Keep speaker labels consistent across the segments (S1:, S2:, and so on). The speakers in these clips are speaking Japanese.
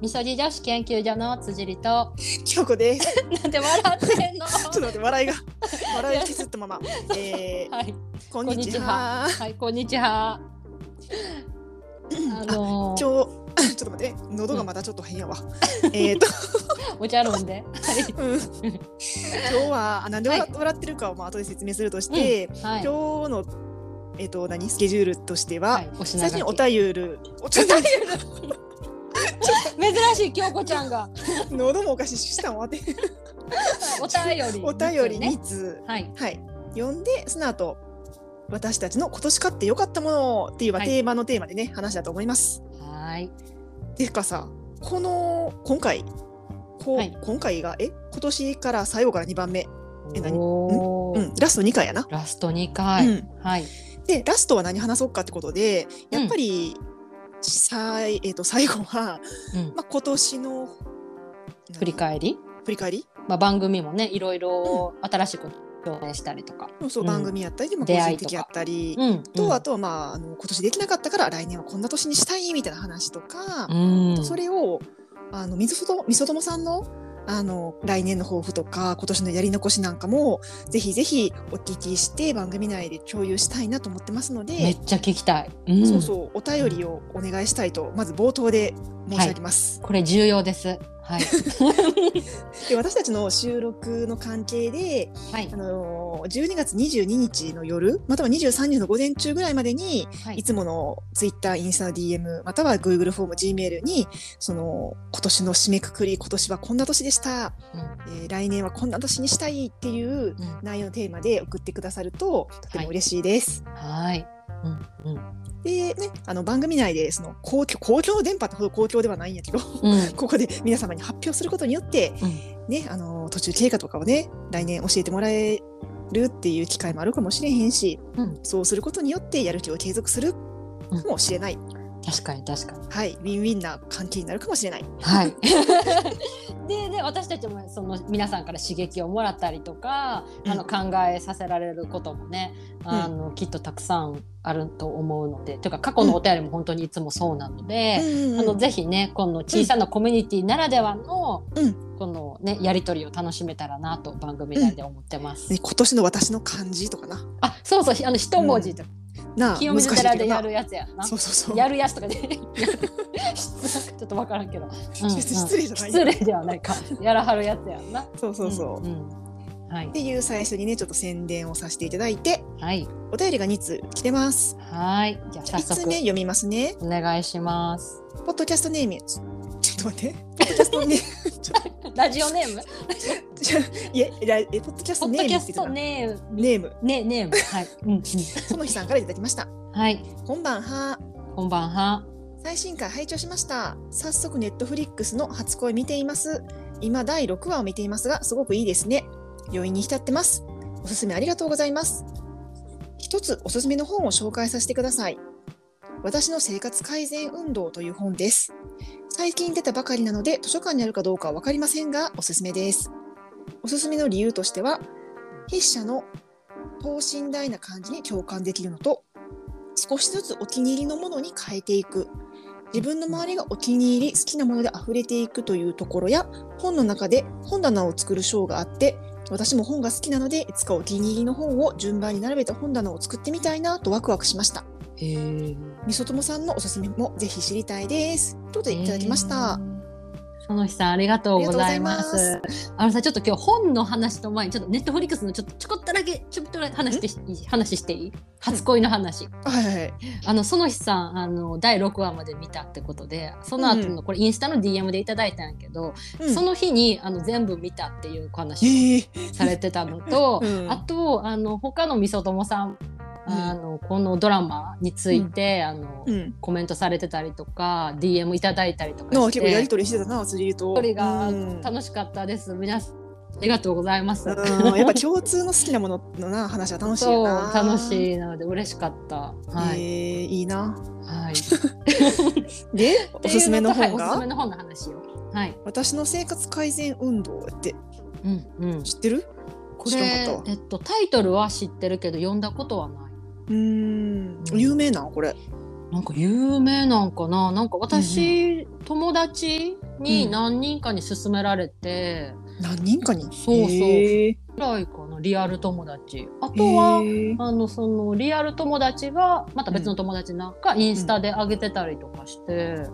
S1: みそぎ女子研究所の辻 里と
S2: 京子 です。
S1: なんで笑ってんの
S2: ちょっと待って、笑いが、 笑いを引きずったまま。えー、
S1: はい、
S2: こんにちは。
S1: はい、こんにちはあのー
S2: 今日、ちょっと待って、喉がまだちょっと変 やわ。えっと、
S1: お茶飲んで
S2: うん今日は、あ、なんで笑笑ってるかを、まあ、後で説明するとして、
S1: はい、はい、
S2: 今日の。えっと、何、スケジュールとして
S1: は
S2: は、
S1: い、お品
S2: 最初に
S1: 書
S2: お
S1: き
S2: たゆる。おたゆる。
S1: 珍しい京子ちゃん が
S2: 喉もお かしいしたんわって。
S1: お便り
S2: お便り
S1: ね
S2: 三つ。
S1: はい
S2: はい。読んで、その後。私たちの今年買って良かったものっていうのは
S1: はい
S2: テーマのテーマでね、話だと思います。
S1: はい
S2: てかさこの今回こう、
S1: はい
S2: 今回がえ今年から最後から2番目、え何
S1: おー
S2: うん、ラスト2回やな。
S1: ラスト2回、
S2: うん、
S1: はい
S2: でラストは何話そうかってことでやっぱり、さいえー、と最後は、
S1: うん
S2: まあ、今年の
S1: 振り
S2: り
S1: 返り、
S2: 振り返り
S1: まあ、番組もねいろいろ新しいことを表明したりとか
S2: そうそう、
S1: うん
S2: 番組やったりでも個
S1: 出会
S2: 人
S1: いとか
S2: 的やったり。
S1: うん
S2: とあとはまああの今年できなかったから来年はこんな年にしたいみたいな話とか、
S1: うん
S2: それをあの水とみそともさんのあの来年の抱負とか今年のやり残しなんかもぜひぜひお聞きして番組内で共有したいなと思ってますの
S1: め
S2: で、
S1: っちゃ聞きたい、うん、
S2: そうそうお便りをお願いしたいとまず冒頭で申し上げます。
S1: これ重要ですはい
S2: で私たちの収録の関係で、
S1: はい
S2: あのー12月22日の夜または23日の午前中ぐらいまでに
S1: はい
S2: いつもの Twitter、インスタの DM、または Google フォーム、Gmail に、その、今年の締めくくり、今年はこんな年でした、
S1: うん
S2: えー来年はこんな年にしたいっていう
S1: うん
S2: 内容のテーマで送ってくださると、とても嬉しいです。
S1: はいうん
S2: で、ね、あの、番組内で、その、公共、公共電波ってほど公共ではないんやけど、
S1: うんうん
S2: ここで皆様に発表することによって、
S1: う
S2: ね、あの、途中経過とかをね、来年教えてもらえるっていう機会もあるかもしれへんし、
S1: うん
S2: そうすることによってやる気を継続するかもしれない。
S1: 確かに確かに
S2: はい、ウィンウィンな関係になるかもしれない。
S1: はい でで私たちもその皆さんから刺激をもらったりとか、あの
S2: う
S1: 考えさせられることもねあの、きっとたくさんあると思うのでというか過去のお便りも本当にいつもそうなので、
S2: うん
S1: あのぜひねこの小さなコミュニティならではの、
S2: うん
S1: このねやり取りを楽しめたらなと番組内で思ってます。
S2: ね今年の私の漢字とかな。
S1: あそうそうひあの一文字とか、
S2: なあ、
S1: 清
S2: 難しい
S1: 水寺
S2: け
S1: で
S2: ど
S1: や
S2: な
S1: る。やつやな。
S2: そうそうそう。
S1: やるやつとかで やるちょっとわからんけど、うんうん
S2: 失礼じゃない。
S1: 失礼ではない かやらはるやつやんな。
S2: そうそうそう。
S1: ん
S2: っ
S1: んはい
S2: ていう最初にね、ちょっと宣伝をさせていただいて、
S1: はい
S2: お便りが2通来てます。
S1: はいじゃあ
S2: 1
S1: 早
S2: 通
S1: 速
S2: 目読みますね。
S1: お願いします。
S2: ポッドキャストネーム。ちょっと待って。ポッドキャストネーム。
S1: ラジオネーム
S2: ちょ いやいや、えポッドキャス
S1: ポ
S2: ト
S1: ッ
S2: ネ
S1: ド
S2: ー
S1: キ
S2: ム
S1: ャ
S2: って
S1: ス
S2: 言
S1: ト
S2: ってたな。
S1: ネーム
S2: ネーム。
S1: ねネーム はいうんうん
S2: その日さんからいただきました。
S1: はい
S2: こんばんは。
S1: こんばんは
S2: 最新回拝聴しました早速ネットフリックスの初恋見ています今第6話を見ていますがすごくいいですね余韻に浸ってますおすすめありがとうございます一つおすすめの本を紹介させてください私の生活改善運動という本です最近出たばかりなので図書館にあるかどうかは分かりませんがおすすめですおすすめの理由としては筆者の等身大な感じに共感できるのと少しずつお気に入りのものに変えていく自分の周りがお気に入り好きなもので溢れていくというところや本の中で本棚を作る章があって私も本が好きなのでいつかお気に入りの本を順番に並べた本棚を作ってみたいなとワクワクしました
S1: へえ
S2: みそともさんのおすすめもぜひ知りたいですということでいただきました、
S1: その日さんありがとうございます。
S2: あり
S1: あ
S2: が
S1: のさちょっと今日本の話と前にちょっとネットフリックスのちょっとちょこっとだけちょっとだけ話していい話していい？初恋の話。
S2: はいはいはい
S1: あのその日さんあの第6話まで見たってことで、その後のこれインスタの DM でいただいたんやけど、
S2: うん
S1: その日にあの全部見たっていうお
S2: え
S1: 話
S2: ー
S1: をされてたのと、
S2: うん
S1: あとあの他のみそともさん
S2: うん
S1: あのこのドラマについて、あの。
S2: うん
S1: コメントされてたりとか DM いただいたりとか
S2: なあ
S1: して
S2: 結構やりとりしてたな釣り
S1: や
S2: と
S1: り取りが
S2: うん
S1: 楽しかったです。皆さんありがとうございます。
S2: うんやっぱ共通の好きなもののな話は楽しい
S1: そ
S2: よ
S1: う
S2: な
S1: 楽
S2: い、
S1: しいなので嬉しかった。は
S2: え
S1: い、
S2: ーいいな
S1: はい。
S2: でおすすめの
S1: っていう
S2: 本
S1: とはいおす
S2: が、
S1: すめの本の話よ。はい。
S2: 私の生活改善運動って
S1: うんうん。
S2: 知ってる
S1: こ
S2: 知らんかった
S1: れ
S2: わ
S1: えっとタイトルは知ってるけど読んだことはない。
S2: うーん有名なんこれ
S1: なんか有名なんかな。なんか私、友達に
S2: うん
S1: 何人かに勧められて、
S2: 何人かに。
S1: そうそう
S2: へー
S1: ぐらいかなリアル友達あとは、
S2: へー
S1: あのそのリアル友達がまた別の友達なんかインスタで上げてたりとかして、
S2: へ
S1: だ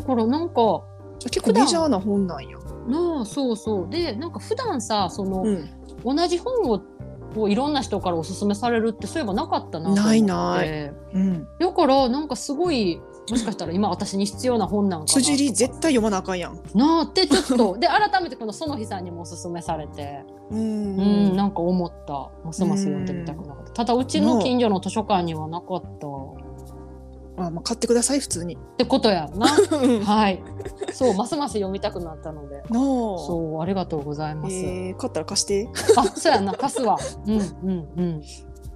S2: ー
S1: からなんか
S2: じゃあ結構メジャーな本なんや。
S1: なあそうそうでなんか普段さその、
S2: うん。
S1: 同じ本をこういろんな人からおすすめされるってそういえばなかったなと思って
S2: ないないうん。
S1: だからなんかすごいもしか したら今私に必要な本なんか
S2: 辻り絶対読まなあかんやん。
S1: ななあってちょっとで改めてこの園日さんにもおすすめされて
S2: うん
S1: うん、なんか思ったますます読んでみたくなかったただうちの近所の図書館にはなかったっ
S2: あまあ買ってください 普通に。
S1: てことやんな
S2: うんなあ。
S1: はいそうますます読みたくなったのでそうありがとうございます、
S2: えー、買ったら貸して。
S1: あそうやな貸すわうんうんうん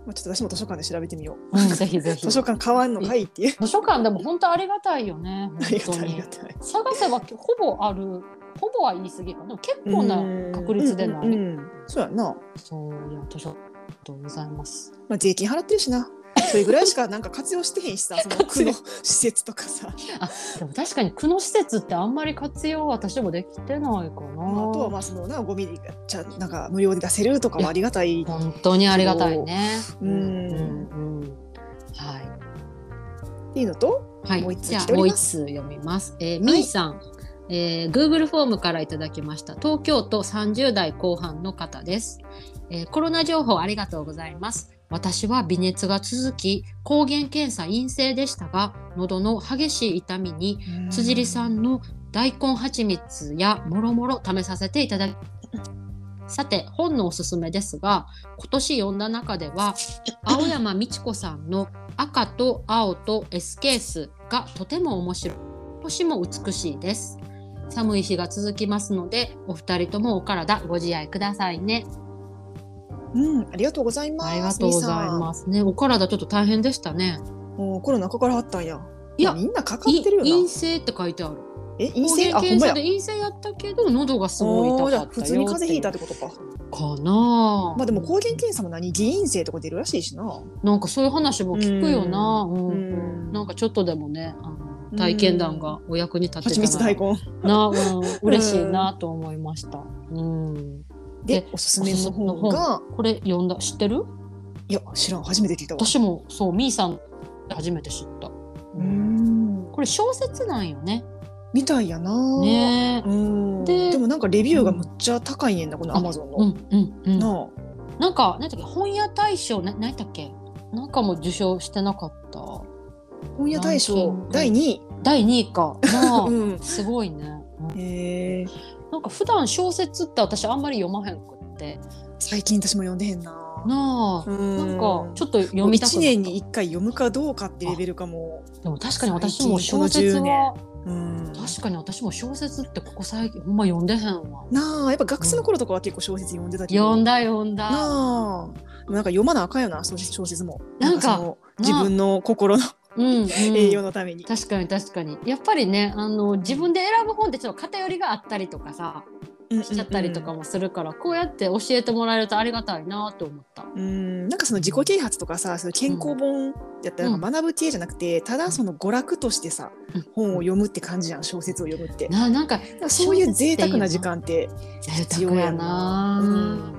S2: まあちょっと私も図書館で調べてみよ
S1: うんぜひぜ
S2: う。
S1: ひ
S2: 図書館買わんのかいっていう。
S1: 図書館でも本当ありがたいよね
S2: ありが
S1: 本
S2: た
S1: 当
S2: いあり
S1: に
S2: がたい。
S1: 探せばほぼあるほぼは言い過ぎかなでも結構な確率でない、
S2: うんうんうんそうやんな。
S1: そういや図書館ありがとうございます
S2: まあ税金払ってるしな。それぐらいしかなんか活用してへ んしさ、その区の施設とかさ。
S1: でも確かに区の施設ってあんまり活用私もできてないかな、
S2: まあ、あとはまあそのなゴミがじゃなんか無料で出せるとかもありがたい。
S1: 本当にありがたいね
S2: うん
S1: うんうんはい
S2: っていうのと、
S1: はい、
S2: もう一通
S1: じゃ
S2: 来
S1: あ
S2: て
S1: も
S2: お
S1: う
S2: り
S1: 一
S2: ます
S1: 通読みます。えー、みーさん、えー、Google フォームからいただきました。東京都30代後半の方です、えー。コロナ情報ありがとうございます。私は微熱が続き、抗原検査陰性でしたが、喉の激しい痛みに、辻里さんの大根蜂蜜やもろもろ試させていただきさて本のおすすめですが今年読んだ中で は青山美智子さんの「赤と青と S ケース」がとても面白い星も美しいです寒い日が続きますのでお二人ともお体ご自愛くださいね
S2: うん、ありがとうございます。
S1: ありがとうございますねお体ちょっと大変でしたね
S2: す。もうコロナかからはったんや。
S1: いや
S2: みんなかか
S1: い
S2: ってるよ
S1: 陰
S2: な。
S1: 性って書いてある
S2: え、陰性
S1: 抗
S2: あ、
S1: 原
S2: ほ
S1: 検
S2: んま
S1: 査
S2: や
S1: で。陰性やったけど喉がすごい痛
S2: お
S1: か
S2: ー
S1: っ
S2: じ
S1: た
S2: ゃ
S1: よ
S2: あ普通に風邪ひいたってことか。
S1: かなあ
S2: まあでも抗原検査も何偽陰性とか出るらしいしな。
S1: なんかそういう話も聞くよな、うん
S2: うん
S1: なんかちょっとでもねあの体験談がお役に立
S2: 蜂
S1: て
S2: 蜜
S1: た
S2: 大
S1: ら
S2: 根。
S1: な、 うん、嬉しいなと思いました、うん、
S2: で
S1: で、
S2: おすすめの本が、
S1: これ読んだ知ってる
S2: いや、知らん、初めて聞いたわ。
S1: 私もそうみーさん初めて知った、
S2: うーん、
S1: これ小説なんよね
S2: みたいやな。
S1: ねえ
S2: うん。
S1: で
S2: でもなんかレビューがむっちゃ高いねんな、このアマゾン
S1: うん
S2: の。
S1: うんうん
S2: なあ。
S1: なんか何だっけ本屋大賞な何だっけなんかも受賞してなかった
S2: 本屋大
S1: ランキ
S2: 賞
S1: ング
S2: 第2位。
S1: 第2位か なあ、
S2: うん。
S1: すごいね、うん
S2: へえ。
S1: なんか普段小説って私あんまり読まへんくって
S2: 最近私も読んでへんな。
S1: なあ、
S2: うん
S1: なんかちょっと読
S2: もう
S1: みたく
S2: 一
S1: なった
S2: 年に一回読むかどうかってレベルかも。
S1: でも確かに私も小説
S2: 最近この
S1: は
S2: うん。
S1: 確かに私も小説ってここ最近ほんま読んでへんわ
S2: なあ、やっぱ学生の頃とかは結構小説読んでたけど。
S1: 読ん
S2: な
S1: だ読んだ
S2: あ。でもなんか読まなあかんよな、小説小説も。
S1: なんか
S2: その
S1: なあ
S2: 自分の心の
S1: うん、うん、
S2: 栄養のために。
S1: 確かに確かにやっぱりねあの自分で選ぶ本ってちょっと偏りがあったりとかさ
S2: し
S1: しちゃったりとかもするから、こうやって教えてもらえるとありがたいなと思った
S2: うんなんかその自己啓発とかさその健康本やったら
S1: うん
S2: なんか学ぶ系じゃなくて、ただその娯楽としてさ、
S1: うん
S2: 本を読むって感じじゃん小説を読むって、
S1: ななんか
S2: なんかそういう贅沢な時間って
S1: 贅
S2: 必要
S1: 沢
S2: や
S1: や
S2: な
S1: な、
S2: うん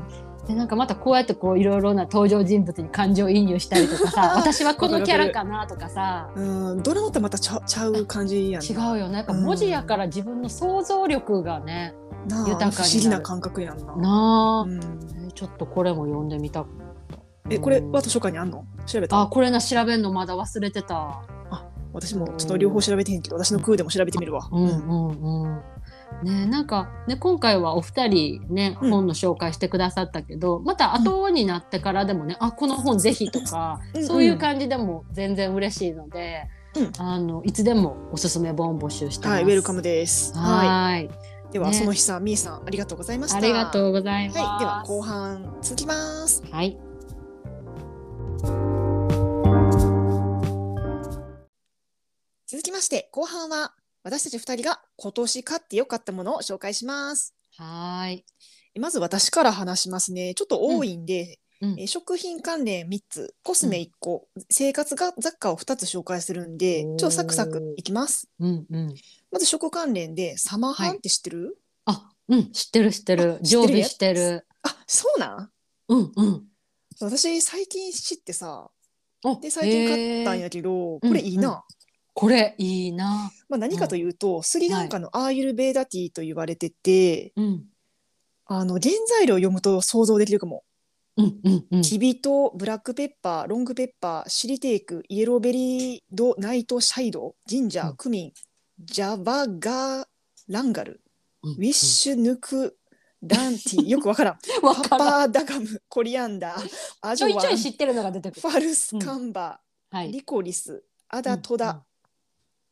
S1: でなんかまたこうやってこういろいろな登場人物に感情移入したりとか さ私はこのキャラかなとかさ
S2: うんドラマとまたちゃちゃう感じやん
S1: 違うよねやっぱ文字やから自分の想像力がね、
S2: なあ
S1: 豊かになる
S2: 不思議な感覚やんな
S1: なあ、
S2: うん、
S1: えちょっとこれも読んでみたく
S2: えこれは図書館にあんの調べた
S1: あこれな調べんのまだ忘れてた
S2: 私もちょっと両方調べてへんけど私の空でも調べてみるわ、
S1: うんうんうんねなんかね今回はお二人ね
S2: うん
S1: 本の紹介してくださったけど、また後になってからでもね、あこの本ぜひとか
S2: うんうん
S1: そういう感じでも全然嬉しいので、
S2: うん
S1: あのいつでもおすすめ本募集してます。
S2: はいウェルカムです
S1: は
S2: は
S1: ーい
S2: いでは、
S1: ね
S2: その日さんみーさんありがとうございました
S1: ありがと
S2: う
S1: うございます。
S2: はいでは後半続きます
S1: はい。
S2: 続きまして後半は私たち2人が今年買って良かったものを紹介します
S1: はーい。
S2: まず私から話しますねちょっと多いんで、
S1: うん
S2: えー食品関連3つ、コスメ1個、生活が雑貨を2つ紹介するんで、ちょっとサクサクいきます。
S1: うんうん。
S2: まず食関連で、サマーハンって知ってる、
S1: あ、うん、知ってる知ってる。
S2: あ知っ
S1: 常
S2: てる
S1: 備
S2: やつ
S1: してる。
S2: あ、そうなん
S1: うんうん。
S2: 私最近知ってさ、
S1: あ
S2: で最近買ったん
S1: へー
S2: やけど、これいいな。
S1: うんうこれいいな。
S2: まあ、何かというと、スリランカのアーユルベーダティーと言われてて、
S1: うん
S2: あの原材料を読むと想像できるかも。
S1: うんうんうん。
S2: キビとブラックペッパー、ロングペッパー、シリテーク、イエローベリード、ナイトシャイド、ジンジャ
S1: う
S2: ー、
S1: ん
S2: クミン、ジャバガランガル、
S1: うん
S2: ウィッシュヌク、ランテ ィー、よくわからん。
S1: うんわ
S2: パ
S1: からん。
S2: パーダガム、コリアンダー、ア
S1: ち
S2: ジ
S1: ょ
S2: ョ
S1: い
S2: ワ
S1: ちょ
S2: ン、
S1: い
S2: フ
S1: 知ってるのが出てくる。
S2: ァルス、カンバ、
S1: はい。
S2: リコリス、アダトダ
S1: うん
S2: っ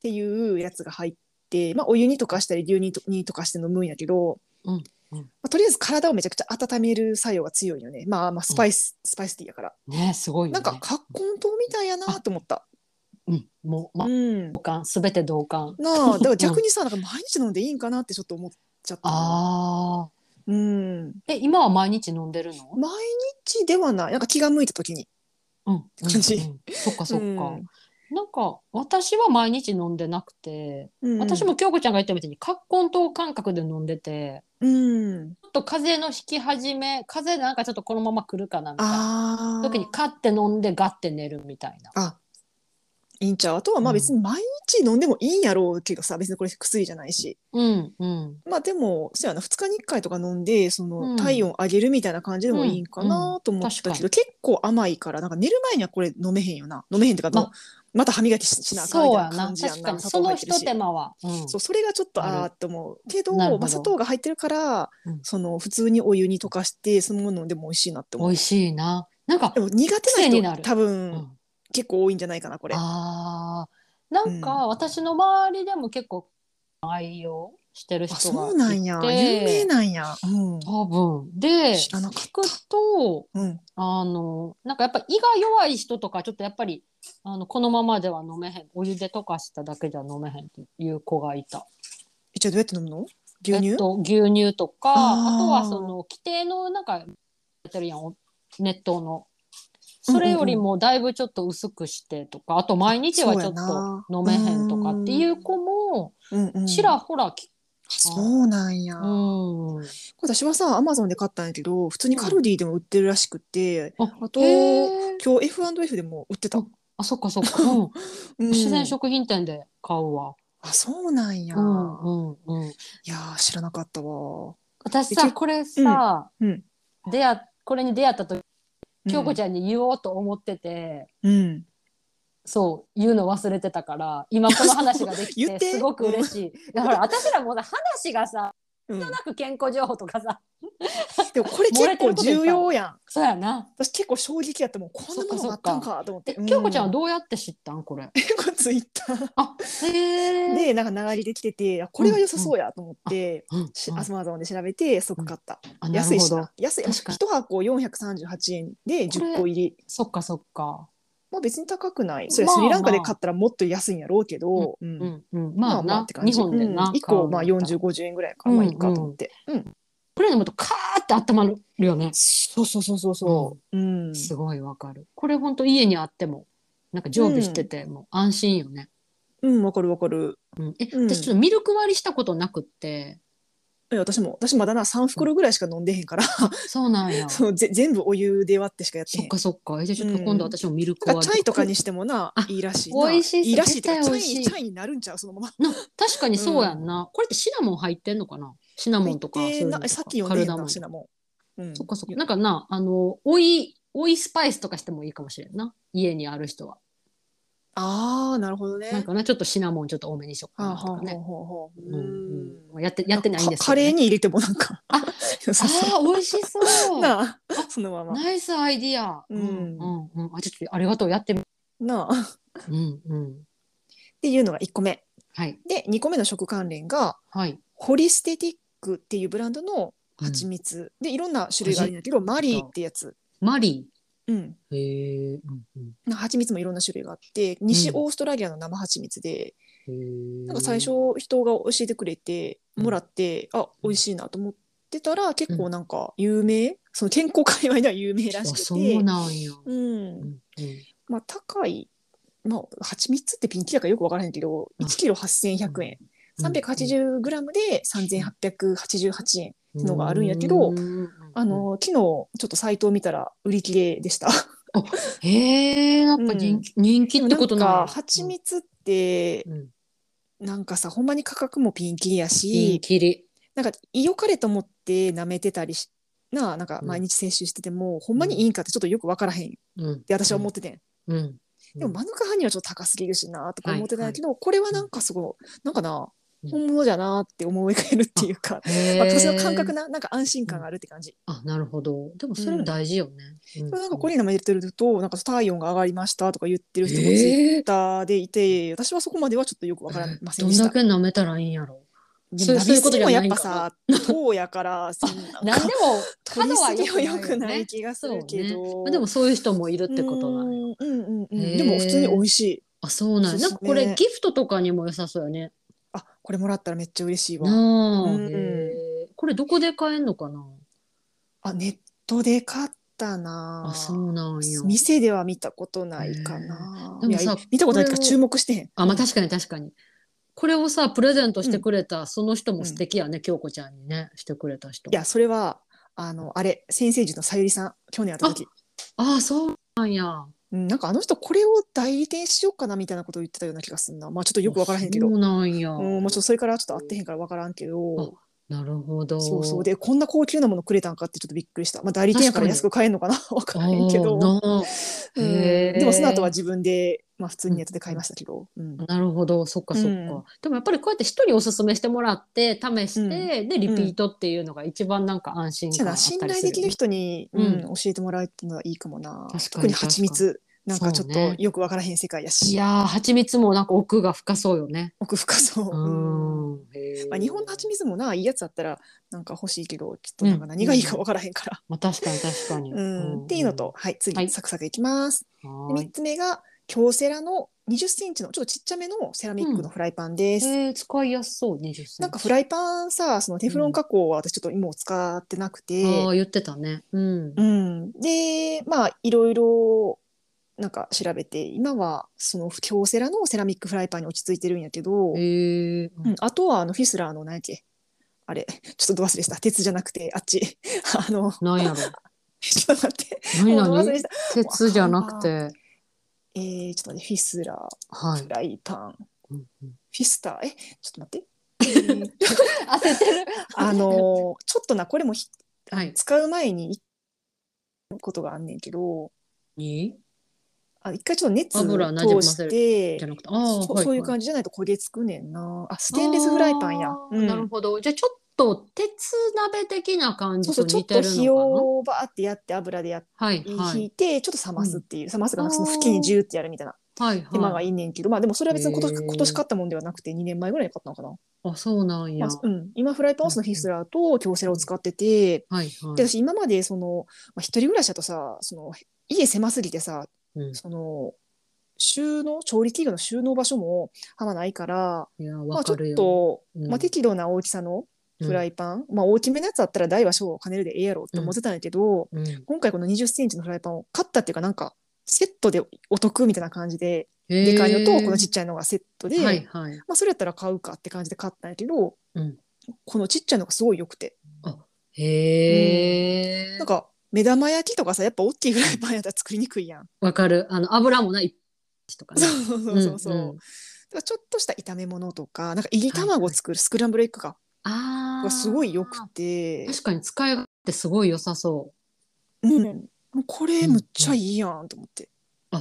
S2: ていうやつが入って、まあ、お湯に溶かしたり牛乳に溶かして飲むんやけど、
S1: うんうん
S2: まあ、とりあえず体をめちゃくちゃ温める作用が強いよね、まあ、まあスパイス、スパイスティーやから
S1: うんねすごいよ
S2: なん
S1: ね。
S2: か葛根糖みたいやなと思った、
S1: うんもうま
S2: うん、な
S1: 同感すべて同感。
S2: あだから逆にさなんか毎日飲んでいいんかなってちょっと思っちゃったな
S1: ああ。
S2: うん、
S1: え今は毎日飲んでるの？
S2: 毎日ではないなんか気が向いた時に
S1: うんうんうん。
S2: 感じ
S1: そっかそっか。
S2: うん
S1: なんか私は毎日飲んでなくて、
S2: うん
S1: 私も京子ちゃんが言ったみたいに葛根糖感覚で飲んでて
S2: う
S1: ち
S2: ん
S1: ょっと風邪の引き始め風邪なんかちょっとこのまま来るかなみたいな
S2: あー
S1: 時に買って飲んでガッて寝るみたいな
S2: あいいんちゃうあとはま
S1: う
S2: あ
S1: ん
S2: 別に毎日飲んでもいいんやろうけどさ別にこれ薬じゃないし
S1: うんうん
S2: まあでもそうやな2日に1回とか飲んでそ
S1: うん
S2: の体温上げるみたいな感じでもいいんかなと思ったけど、
S1: うんうん
S2: 結構甘いからなんか寝る前にはこれ飲めへんよな飲めへんってか、
S1: ま
S2: ま、また歯磨きししなあかんみ
S1: そう
S2: たい
S1: や
S2: な
S1: な
S2: 感じやん
S1: 確か
S2: な
S1: に
S2: 砂
S1: そ
S2: 糖入
S1: の
S2: っ
S1: ひ
S2: てる
S1: と
S2: し
S1: 手間は、うん、
S2: そうそれがちょっと
S1: なる
S2: あーって思うけど
S1: なるほど
S2: まあ、砂糖が入ってるから、
S1: うん
S2: その普通にお湯に溶かしてそのもの飲んでも美味しいなって思
S1: 美
S2: う
S1: 味しいななんか
S2: でも苦手
S1: 癖にな
S2: な
S1: る
S2: 人多分、
S1: うん
S2: 結構多いんじゃないかなこれ。
S1: あーなん
S2: う
S1: か私の周りでも結構愛用してる人
S2: あ
S1: が
S2: そうなんや
S1: いて
S2: 有名なんや。うん
S1: 多分で
S2: 知らなかった
S1: 聞くと
S2: うん、
S1: あのなんかやっぱり胃が弱い人とかちょっとやっぱりあのこのままでは飲めへんお湯で溶かしただけじゃ飲めへんっていう子がいた
S2: えじゃあどうやって飲むの牛乳、
S1: えっと、牛乳とかあ
S2: あー
S1: とはその規定のなんかやってるやんお熱湯のそれよりもだいぶちょっと薄くしてとか、あと毎日はちょっと飲めへんとかっていう子も
S2: うんうん、
S1: ちらほら聞
S2: そうなんや。
S1: く、
S2: こ
S1: うん、
S2: れ私はさアマゾンで買ったんやけど普通にカルディでも売ってるらしくて、
S1: あ
S2: あと
S1: へー
S2: 今日 F&F でも売ってた。
S1: うんあそっかそっか、 うん
S2: うん
S1: 自然食品店で買うわ。
S2: あそうなんや。
S1: うんうんうん。
S2: いやー知らなかったわ。
S1: 私
S2: で
S1: さ
S2: け
S1: これさ、
S2: うんうん
S1: 出会これに出会った時京子ち
S2: ゃ
S1: ゃんに言おうと思ってて、
S2: ん。うん。
S1: そう言うの忘れてたから今この話がで き
S2: 言
S1: て
S2: って
S1: すごく嬉しい。いやほら私らもうさ話がさ
S2: うん、
S1: 少なく健康情報とかさ
S2: でもこれ結構重要やん。
S1: そうやな。
S2: 私結構衝撃やったもんこんなものがあったんかと思っ
S1: で
S2: て。う
S1: 京子ちゃんはどうやって知ったんこれ。
S2: 結構ツイッター
S1: あへえ。
S2: でなんか流れできててあこれは良さそうやと思って、
S1: うんうん
S2: しアマゾンで調べて即買った。
S1: あな
S2: 安い
S1: るほ
S2: し
S1: ど
S2: な。安い。
S1: 確かに
S2: 一箱438円で10
S1: こ
S2: 個入り。
S1: そっかそっか。
S2: まあ別に高くない。それ
S1: まあ
S2: スリランカで買ったらもっと安いんやろうけど、う
S1: うんんうん。まあな日本でな。
S2: うん一個まあ
S1: 買うのだったら
S2: 40、50円ぐらいからまあいいかと思って。うん
S1: これ飲むとカーって温まるよね。
S2: そうそうそうそうそう。うん。
S1: すごいわかる。これ本当家にあってもなんか常備しててもう安心よね。
S2: うん、わかるわかる。
S1: うん、え、
S2: うん
S1: 私ちょっとミルク割りしたことなくって。
S2: え私も、私まだな、3袋ぐらいしか飲んでへんから、
S1: そうなんや。そ
S2: そうぜ全部お湯で割ってしかやってへ
S1: っ
S2: ん。
S1: かそっか。えじゃあちょっと今度私もミルク
S2: なん
S1: 割
S2: か
S1: り。
S2: チャイとかにしてもな
S1: あ、
S2: いいらしいな。
S1: 美味しい
S2: いらしいってか
S1: 絶
S2: チ
S1: 対
S2: ャ
S1: 美味し
S2: イ、
S1: い
S2: チャイになるんちゃうそのまま。
S1: な確かにそうやんな。これってシナモン入ってんのかなシナモンとか。
S2: 入って
S1: そういう
S2: な
S1: のとか
S2: さっき読
S1: カ
S2: んで
S1: ル
S2: へん
S1: ダモ
S2: な、
S1: ン
S2: シナモン。うん
S1: そっかそっか。なんかな、あの、おい、おいスパイスとかしてもいいかもしれんな。家にある人は。
S2: ああ、なるほどね。
S1: なんかな、ちょっとシナモンちょっと多めにしよっか
S2: はあ
S1: な
S2: はあ
S1: と
S2: は
S1: か
S2: あ
S1: ね。
S2: はあ。
S1: うん
S2: うん
S1: うんやってやってないんです
S2: カカレーに入れてもなんか。
S1: あ
S2: そう
S1: あ
S2: そ。
S1: あー美味しそう う。
S2: なあ、そのまま。
S1: ナイスアイディア。
S2: うん
S1: うんうん。あちょっとありがとうやってみ。
S2: なあ。っ
S1: うんうん。
S2: ていうのが1個目。
S1: はい
S2: で、2個目の食関連が、
S1: はい。
S2: ホリステティックっていうブランドの蜂
S1: うん
S2: 蜜。で、いろんな種類があるんだけど、マリーってやつ。
S1: マリ
S2: うん。
S1: ー。へえ。うんうん
S2: なんか蜂蜜もいろんな種類があって、西オーストラリアの生蜂蜜で、
S1: へー
S2: なんか最初人が教えてくれて、もらって、あ、美味しいなと思っってたら結構なんか有名、その健康界隈では有名らし
S1: あ
S2: くて
S1: そうなんや。
S2: うん
S1: う、ん
S2: まあ高いまあ蜂蜜ってピンキリだからよくわからへんけど
S1: あ
S2: 1キロ8100円、
S1: うん
S2: 380g で3888円のがあるんやけど
S1: うん
S2: あの昨日ちょっとサイトを見たら売り切れでした
S1: へえやっぱ人気,、人気ってこと
S2: な
S1: なん
S2: か蜂蜜って
S1: うんうん
S2: なんかさほんまに価格もピンキリやし、
S1: ピンキリ。
S2: なんか良かれと思って舐めてたりしなあなんか
S1: うん。
S2: 毎日摂取してても、ほんまにいいんかってちょっとよくわからへんって私は思ってててん、
S1: うん
S2: でもマヌカハニーはちょっと高すぎるしなとか思ってたんだけど、これはなんかすごいなんかな
S1: うん
S2: 本物じゃなって思い返るっていうか、
S1: へー
S2: まあ私の感覚ななんか安心感があるって感じ、
S1: あなるほどでもそれも大事よね。う
S2: でもなんかこれに舐めてるとなんか体温が上がりましたとか言ってる人もツイッ
S1: えー
S2: ターでいて、私はそこまではちょっとよくわからません
S1: ど
S2: で
S1: ん
S2: した
S1: だ。け舐めたらいいんやろ。
S2: で
S1: そう
S2: も
S1: そういうことじゃな
S2: や
S1: い
S2: っ
S1: ん
S2: ぱ
S1: かな
S2: さ糖や からそんな
S1: なんでも
S2: 取りすぎは良くな
S1: よ
S2: い
S1: ね
S2: 気がす
S1: そう
S2: るけ
S1: ね。
S2: ど、
S1: まあでもそういう人もいるってことなんよ。
S2: よ。うんうんうん。
S1: へー
S2: でも普通に美味しい。
S1: あそうなんや。なんかこ
S2: そうです
S1: れ
S2: ね
S1: ギフトとかにも良さそうよね。
S2: あ、これもらったらめっちゃ嬉しいわ。
S1: なあ。
S2: うん
S1: へえこれどこで買えんのかな。
S2: あ、ネットで買ったな。
S1: あそうなんや。
S2: 店では見たことないかな。
S1: へーでもさ
S2: いや見たことないって
S1: こ
S2: いうか
S1: れを
S2: 注目してへん。
S1: あまあ確かに確かに。これをさプレゼントしてくれた、その人も素敵やね、京子ちゃんにねしてくれた人。
S2: いや、それはあのあれ先生術のさゆりさん去年会った時。
S1: ああそうなんや。
S2: うん、なんかあの人これを代理店しようかなみたいなことを言ってたような気がするな。まあちょっとよくわからへんけど。
S1: そううなんや。
S2: ん、もうちょっとそれからちょっと会ってへんからわからんけど。
S1: なるほど。
S2: そうそうでこんな高級なものくれたんかってちょっとびっくりした。まあ代理店やから安く買えるのかなわからへんけ
S1: あ
S2: ど。
S1: あな
S2: う
S1: あ
S2: ん
S1: へえ
S2: でもその後は自分で、まあ、普通にネットで買いましたけど、うん
S1: なるほど、そっかそっか。
S2: うん
S1: でもやっぱりこうやって人におすすめしてもらって、試して、で、リピートっていうのが一番なんか安心
S2: じゃ
S1: 感あ
S2: あ
S1: った
S2: な
S1: りするよね、
S2: 信頼できる人に、うん
S1: う
S2: 教えてもらえたのはいいかもな
S1: 確かに
S2: 特に蜂蜜なんかちょっ
S1: そう
S2: と
S1: ね
S2: よくわからへん世界やし、
S1: いやー、蜂蜜もなんか奥が深そうよね。
S2: 奥深そう、
S1: う
S2: うん
S1: ん。へー
S2: まあ、日本の蜂蜜もないいやつあったらなんか欲しいけどちょっとなんか何がいいかわからへんから、
S1: まあ確かに確かに。
S2: うんっていうのと、はい、
S1: は
S2: 次
S1: い
S2: サクサクいきます、
S1: うん。は
S2: で三
S1: ーい
S2: 3つ目が京セラの20センチのちょっとちっちゃめのセラミックのフライパンです、
S1: えー、使いやすそう、20センチ。
S2: なんかフライパンさそのテフロン加工は私ちょっともう使ってなくて、
S1: ああ、言ってたね。うん。
S2: うん、でまあいろいろなんか調べて今はその京セラのセラミックフライパンに落ち着いてるんやけど、
S1: へえ。
S2: うん、あとはあのフィスラーの何やっけあれちょっとど忘れした鉄じゃなくてあっち あの
S1: なん やろ。
S2: ちょっと待って
S1: 何
S2: もうど忘れ
S1: 何
S2: した、
S1: 鉄じゃなくて。
S2: えー、ちょっと待ってフィスラ
S1: は
S2: ー
S1: い
S2: フ。ライパン
S1: うんうん
S2: フィスターえちょっと待ってえー
S1: 焦ってる。
S2: あのちょっとなこれもひ
S1: はい。
S2: 使う前にことがあんねんけど
S1: に
S2: あ一回ちょっと熱
S1: 油なじま
S2: を通
S1: せ
S2: し
S1: る
S2: て
S1: じゃなくて、ああ、
S2: そ
S1: は
S2: そういう
S1: は
S2: 感じじゃないと焦げつくねんな。あ、ステンレスフライパンや
S1: あ。ー
S2: うん
S1: なるほど。じゃあちょっと鉄鍋的な感じ
S2: そうそ
S1: と
S2: う、ちょっ
S1: 似て
S2: と
S1: る
S2: 火
S1: の
S2: をバーってやって油でやっ
S1: かな。はいは
S2: 引
S1: い
S2: いて、ちょっと冷ますっていう、冷ますがなんかその
S1: あー
S2: 付近にジューってやるみたいな
S1: はい
S2: 手間が
S1: はいい。
S2: いねんけど、まあでもそれは別に今年
S1: へー
S2: 今年買ったもんではなくて2年前ぐらいに買ったのかな。
S1: あそうなんや。
S2: まあ
S1: は
S2: うん、今フライパンをそのフィスラーと京セラを使ってて、
S1: いは
S2: で
S1: い。
S2: 私今までその、まあ、一人暮らしだとさ、その家狭すぎてさ、
S1: うん
S2: その収納調理器具の収納場所もあんまないから、
S1: いや
S2: ま
S1: わ
S2: あち
S1: か
S2: ょっ
S1: るよ。
S2: と、
S1: うん
S2: まあ適度な大きさのフラ
S1: イ。
S2: イパン、まあ大きめのやつだったら大は小を兼ねるでええやろって思ってたんやけど、
S1: うんへ
S2: 今回この20センチのフライパンを買ったっていうかなんかセットでお得みたいな感じで、
S1: ー
S2: でかいのとこのちっちゃいのがセットで、
S1: はいはい。
S2: まあそれやったら買うかって感じで買ったんやけど、
S1: うん
S2: このちっちゃいのがすごい良くて、
S1: へえ
S2: なん。か目玉焼きとかさやっぱ大きいフライパンやったら作りにくいやん。
S1: わかる。あの油もないとかね。
S2: そうそうそうそう。
S1: んん
S2: だからちょっとした炒め物とかなんかいり卵を作るスクランブルエッグか
S1: ああ。
S2: がすごい良くて。
S1: 確かに使い勝手すごい良さそ
S2: うん、これむっちゃいいやんと思って、
S1: う。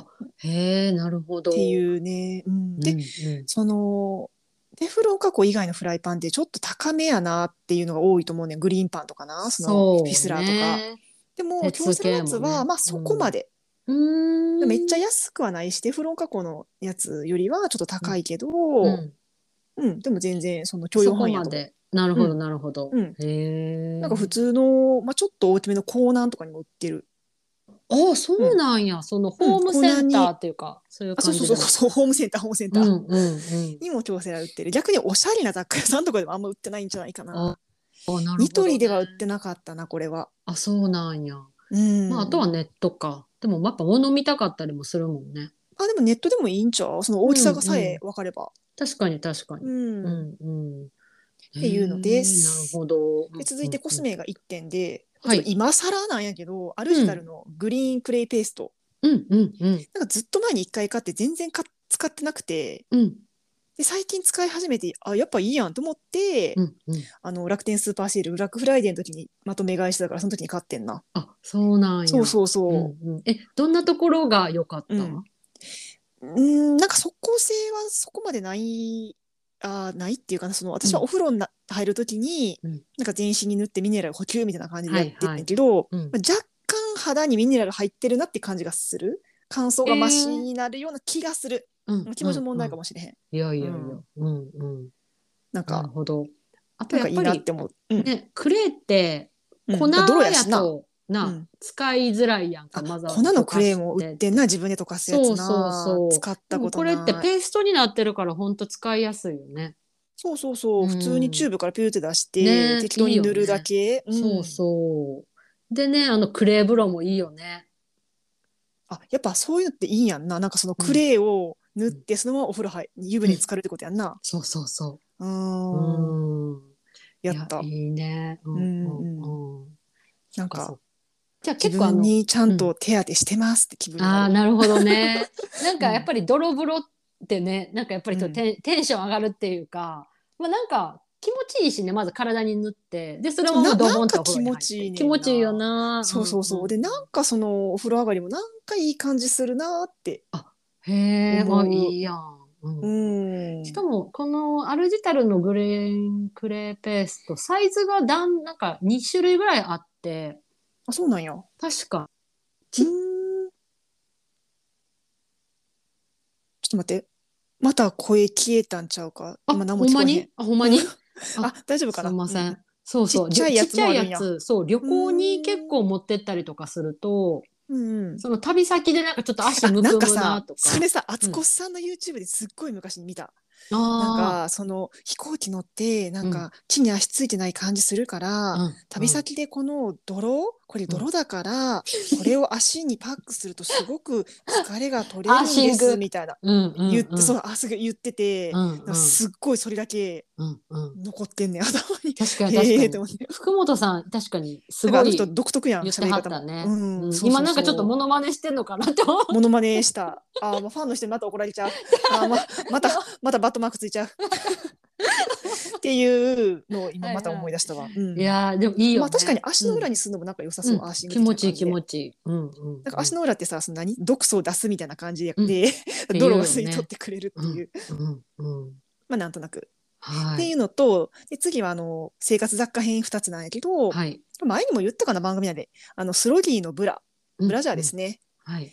S1: へえ、なるほど。
S2: っていうね、うん、で、
S1: うんうん
S2: そのテフロン加工以外のフライパンってちょっと高めやなっていうのが多いと思うねんグリーンパンとかなその
S1: そう
S2: フィスラーとか、
S1: ね
S2: でも
S1: 鉄
S2: 京セラのやつ
S1: 系も
S2: は、
S1: ね
S2: まあそこまで、
S1: うーん
S2: めっちゃ安くはないしテフロン加工のやつよりはちょっと高いけど、
S1: う
S2: うん
S1: ん
S2: でも全然その許
S1: そ
S2: 容
S1: こ
S2: 範囲や
S1: ま
S2: と思う
S1: で。なるほど、
S2: うん
S1: なるほど。
S2: うん
S1: へえ。
S2: なんか普通の、まあ、ちょっと大きめのコーナンとかにも売ってる
S1: あ、そうなんや。そのホームセンターっていうか、そういう
S2: あそ
S1: 感
S2: う
S1: じ
S2: そう
S1: の。
S2: そうそうホームセンターホームセンタ
S1: う
S2: ー、
S1: んうんうん。
S2: にも京セラ売ってる逆におしゃれな雑貨屋さんとかでもあんま売ってないんじゃないかな
S1: あ、あなるほどね
S2: ニトリでは売ってなかったなこれは。
S1: あそうなんや、
S2: うん。
S1: まあ、あとはネットかでもやっぱ物見たかったりもするもんね
S2: あでもネットでもいいんちゃうその大きさがさえ分かれば。
S1: 確かに確かに、
S2: うん
S1: うんうん、って
S2: いうのです
S1: なるほど
S2: で続いてコスメが1点で、
S1: はい
S2: ちょっと今更なんやけどアルジダルのグリーンクレイペースト、
S1: うんうんうん
S2: なんかずっと前に1回買って全然か使ってなくて
S1: うん
S2: で最近使い始めてあやっぱいいやんと思って、
S1: うんうん
S2: あの楽天スーパーシールブラックフライデーの時にまとめ買いしてたからその時に買ってんな、
S1: あそうなんや
S2: そうそうそう、
S1: んうん、えどんなところが良かった、
S2: うんうんなんか即効性はそこまでないあーないっていうかなその私はお風呂にな入る時に、
S1: うん
S2: なんか全身に塗ってミネラル補給みたいな感じでやって
S1: はいは
S2: ん
S1: い
S2: だけど、
S1: うん
S2: まあ若干肌にミネラル入ってるなって感じがする乾燥がマシになるような気がする、
S1: うん、
S2: 気持ちの問題か
S1: も、
S2: もしれへん、
S1: うんうん、いやいやいや、
S2: うん
S1: うんうん、な
S2: なん
S1: る
S2: か、
S1: ほどあと
S2: な
S1: やっ
S2: んかいい
S1: ぱ
S2: な
S1: り
S2: って思う、うん
S1: ねクレーって
S2: うん
S1: 粉
S2: なんか泥や
S1: や
S2: しな、
S1: とな、
S2: うん
S1: 使いづらいやんか
S2: あ
S1: まずは
S2: 粉のクレームを売ってんな自分で溶かすやつな
S1: そうそうそう
S2: 使っ
S1: で
S2: た
S1: も
S2: こ
S1: ことれ
S2: ない
S1: ってペーストになってるからほんと使いやすいよね、
S2: そうそうそう、
S1: うん
S2: 普通にチューブからピューって出して、
S1: ねえ
S2: 適当に塗るだけん
S1: そうそうでねあのクレー風呂もいいよね
S2: あやっぱそういうのっていいんやんななんかそのクレーを塗ってそのままお風呂入湯船に浸かるってことやんな
S1: そうそうそうう
S2: ーん
S1: うん
S2: やった
S1: いいいねうん
S2: うん
S1: うんうん
S2: な
S1: そっそ
S2: んか
S1: っじゃあ
S2: 自
S1: 結構あ
S2: 分
S1: の
S2: にちゃんと手当てしてますって気分に
S1: あ
S2: な
S1: あ
S2: る
S1: なるほど ねなんかやっぱり泥風呂ってねなんかやっぱりちょっとテン,、テンション上がるっていうかまあなんか気持ちいいしねまず体に塗ってでそれも
S2: な
S1: ドボンと
S2: なんか気持ちいいねんな
S1: 気持ちいいよな
S2: そうそうそう、
S1: んん
S2: でなんかそのお風呂上がりもなんかいい感じするなーって
S1: へえ
S2: 思う
S1: あいいやん、うん
S2: うん
S1: しかもこのアルジタルのグレーンクレーペーストサイズがだんなんか2種類ぐらいあって
S2: あそうなんやう
S1: 確か
S2: ーんちょっと待ってまた声消えたんちゃうか
S1: あ
S2: 今何も
S1: ほん
S2: 聞こ
S1: ま
S2: えへん
S1: にあほんまにあ
S2: あ大丈夫かな
S1: すみませ。
S2: うん
S1: そうそう。
S2: ちっちゃいやつもあるんや
S1: ちっちゃいやつそう、旅行に結構持ってったりとかすると、
S2: うんうん
S1: その旅先でなんかちょっと足
S2: あ
S1: むくむ
S2: な
S1: なんとか。
S2: かさそれさ
S1: ん
S2: 敦子さんの YouTube ですっごい昔に見た、なん
S1: あ
S2: かその飛行機乗ってなん
S1: う
S2: か地に足ついてない感じするから、
S1: ーうん
S2: 旅先でこの泥これ泥だから、 これを足にパックするとすごく疲れが取れるん
S1: あ
S2: で
S1: シン
S2: す
S1: グ
S2: みたいな
S1: うんうんうん、
S2: 言って、そううあすぐ言ってて、
S1: んうん
S2: なんかすっごいそれだけ
S1: うんうん
S2: 残ってんねん頭に。
S1: 確かに確
S2: へえーって
S1: か
S2: 思
S1: に。
S2: って。
S1: 福本さん確かにす
S2: なんか
S1: ご
S2: あの
S1: い
S2: 人独特やん
S1: 言ってはったね。
S2: うん
S1: うん
S2: そうそうそう
S1: 今なんかちょっとモノマネしてんのかなって思う。
S2: モノマネした。あー、まあ、ファンの人にまた怒られ ちゃう。あーままた、またバットマークついちゃう。っていうのを今また思い出したわ。うん
S1: いやーでもいいよ、ね。
S2: まあ、確かに足の裏
S1: に、
S2: にするのもなんか良さそう。
S1: うん
S2: アーシング
S1: 気持ちいい気
S2: ち
S1: 持ちいい。うんうん。
S2: なんか足の裏ってさ、その何毒素を出すみたいな感じで、
S1: うん
S2: で
S1: ていうよね
S2: 泥を吸い取ってくれるっていう、
S1: うんうん。
S2: まあなんとなく、
S1: はい。
S2: っていうのとで次はあの生活雑貨編2つなんやけど、
S1: はい。
S2: 前にも言ったかな番組なんであのスロギーのブラブラジャーです
S1: ね。
S2: ね、
S1: はい。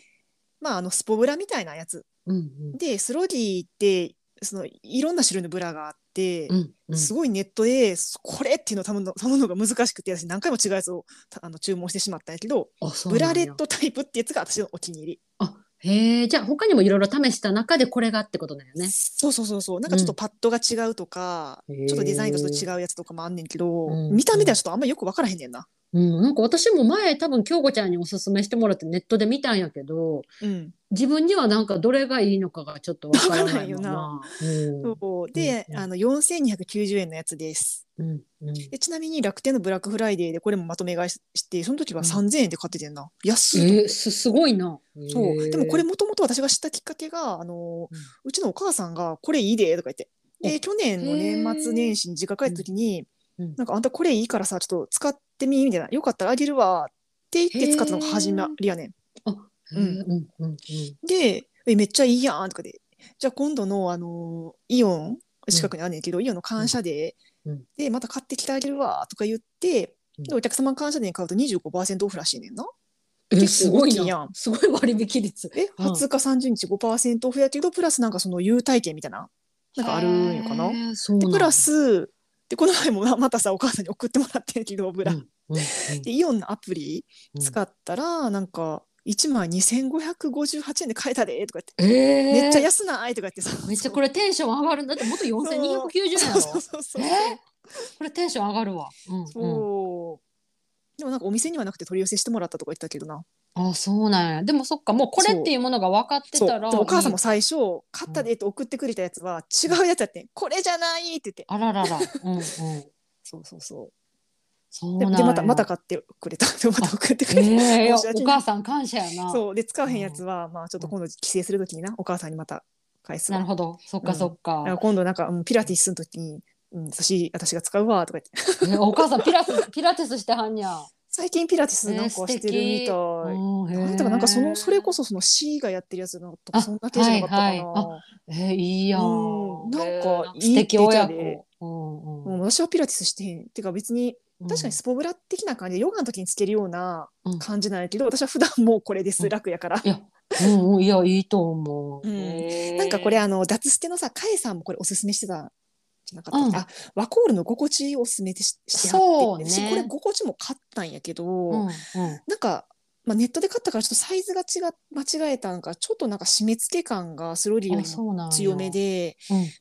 S2: まああのスポブラみたいなやつ
S1: うん
S2: でスロギーってそのいろんな種類のブラがあって
S1: うん。う、んうん。
S2: すごいネットでこれっていうのを頼むの頼むのが難しくて私何回も違うやつをたあの注文してしまったんやけど
S1: あそう
S2: ブ
S1: な
S2: ラ
S1: んや
S2: レットタイプってやつが私のお気に入り、
S1: あへえじゃあ他にもいろいろ試した中でこれがってことだよね。
S2: そうそうそうそうなんかちょっとパッドが違うとか、
S1: うん
S2: ちょっとデザインがちょっと違うやつとかもあんねんけど、
S1: うん
S2: 見た目ではちょっとあんまよく分からへんねんな、
S1: うん、なんか私も前多分京子ちゃんにおすすめしてもらってネットで見たんやけど
S2: うん、
S1: 自分にはなんかどれがいいのかがちょっとわからないまま。うん
S2: そうで、
S1: うん
S2: あの4290円のやつです
S1: うんうん
S2: でちなみに楽天のブラックフライデーでこれもまとめ買いししてその時は
S1: うん
S2: 3000円で買っててんな
S1: え
S2: 安いと
S1: ー、すすごいな。
S2: そうでもこれ
S1: も
S2: もともと私が知ったきっかけがあの、
S1: う
S2: うんちのお母さんが「これいいで」とか言って
S1: お
S2: で去年の年末年始に実家帰った時に「
S1: うんうん
S2: なんかあんたこれいいからさちょっと使ってみ」みたいな「よかったらあげるわ」って言って使ったのが始まりやねん。
S1: うんうんうん
S2: で「えめっちゃいいやん」とかで「じゃあ今度の、あのイオン近くにあんねんけど、イオンの感謝デー、
S1: うんうん
S2: でまた買ってきてあげるわ」とか言って。
S1: うん
S2: でお客様感謝デーに買うと25%オフらしいねんな。
S1: えー、す
S2: 結構
S1: ご
S2: 大
S1: い
S2: きいやん
S1: な。すごい割引率。
S2: え、
S1: うん
S2: 20日30日5%オフやけど、プラスなんかその優待券みたいな、なんかあるんやかな。
S1: へーそう
S2: で、
S1: なん
S2: プラス、で、この前もな またさ、お母さんに送ってもらってんけど、ブラ。
S1: うんうんうん
S2: で、イオンのアプリ
S1: うん
S2: 使ったら、なんか、1枚2558円で買えたで、とか
S1: えー
S2: 言って、めっちゃ安ないとか言ってさ。
S1: めっちゃこれテンション上がるんだってもっと4290円やろ
S2: そうそうそうそう。
S1: えこれテンション上がるわ。うんうん、
S2: そう。でもなんかお店にはなくて取り寄せしてもらったとか言ってたけどな。
S1: あそうなんや。でもそっか、もうこれっていうものが分かって
S2: そう。
S1: た
S2: で
S1: ら。
S2: お母さんも最初買ったでって送ってくれたやつは違うやつやってん。これじゃないって言って。
S1: あららら。うんうん。
S2: そうそうそ
S1: そうな
S2: う。で
S1: んや
S2: でまたまた買ってくれた。でまた送ってくれた。
S1: ええ
S2: 申し訳ない
S1: お母さん感謝やな。
S2: そうで使わへんやつは、まあちょっと今度帰省するときになお母さんにまた返すわ
S1: なるほど。そっかそっ
S2: だから
S1: か。
S2: 今度なんか、うん、ピラティスするときに、うん、私私が使うわとか言って
S1: え お母さんピラティス、ピラティスしてはんにゃ。
S2: 最近ピラティスなんか
S1: えー素
S2: し
S1: 敵
S2: てるみたい、
S1: うんへえ
S2: なんだかなんかそのそれこそその C がやってるやつのとか
S1: あ
S2: そんな手じゃなかったかな、
S1: はいはえいいや
S2: うんなんか
S1: え素敵
S2: いいって言って
S1: 親
S2: たで
S1: 子。うんう
S2: も
S1: ん
S2: う私はピラティスしてへんっていうか別に確かにスポブラ的な感じでヨガの時につけるような
S1: うん
S2: 感じなんやけど、私は普段もうこれです、
S1: うん
S2: 楽やから
S1: いや、うんうん、いや、いいと思う。
S2: うん
S1: へえ
S2: なんかこれあの脱捨てのさカエさんもこれおすすめしてたじゃなかったっけ、
S1: うん
S2: あワコールの心地をおすすめてししては
S1: そう
S2: って、
S1: ね
S2: 私これ心地も買ったんやけど、
S1: うんうん、
S2: なんか、まあ、ネットで買ったからちょっとサイズが違間違えたんかちょっとなんか締め付け感がスローリーよ
S1: あ
S2: りも
S1: そうなんや
S2: 強め、で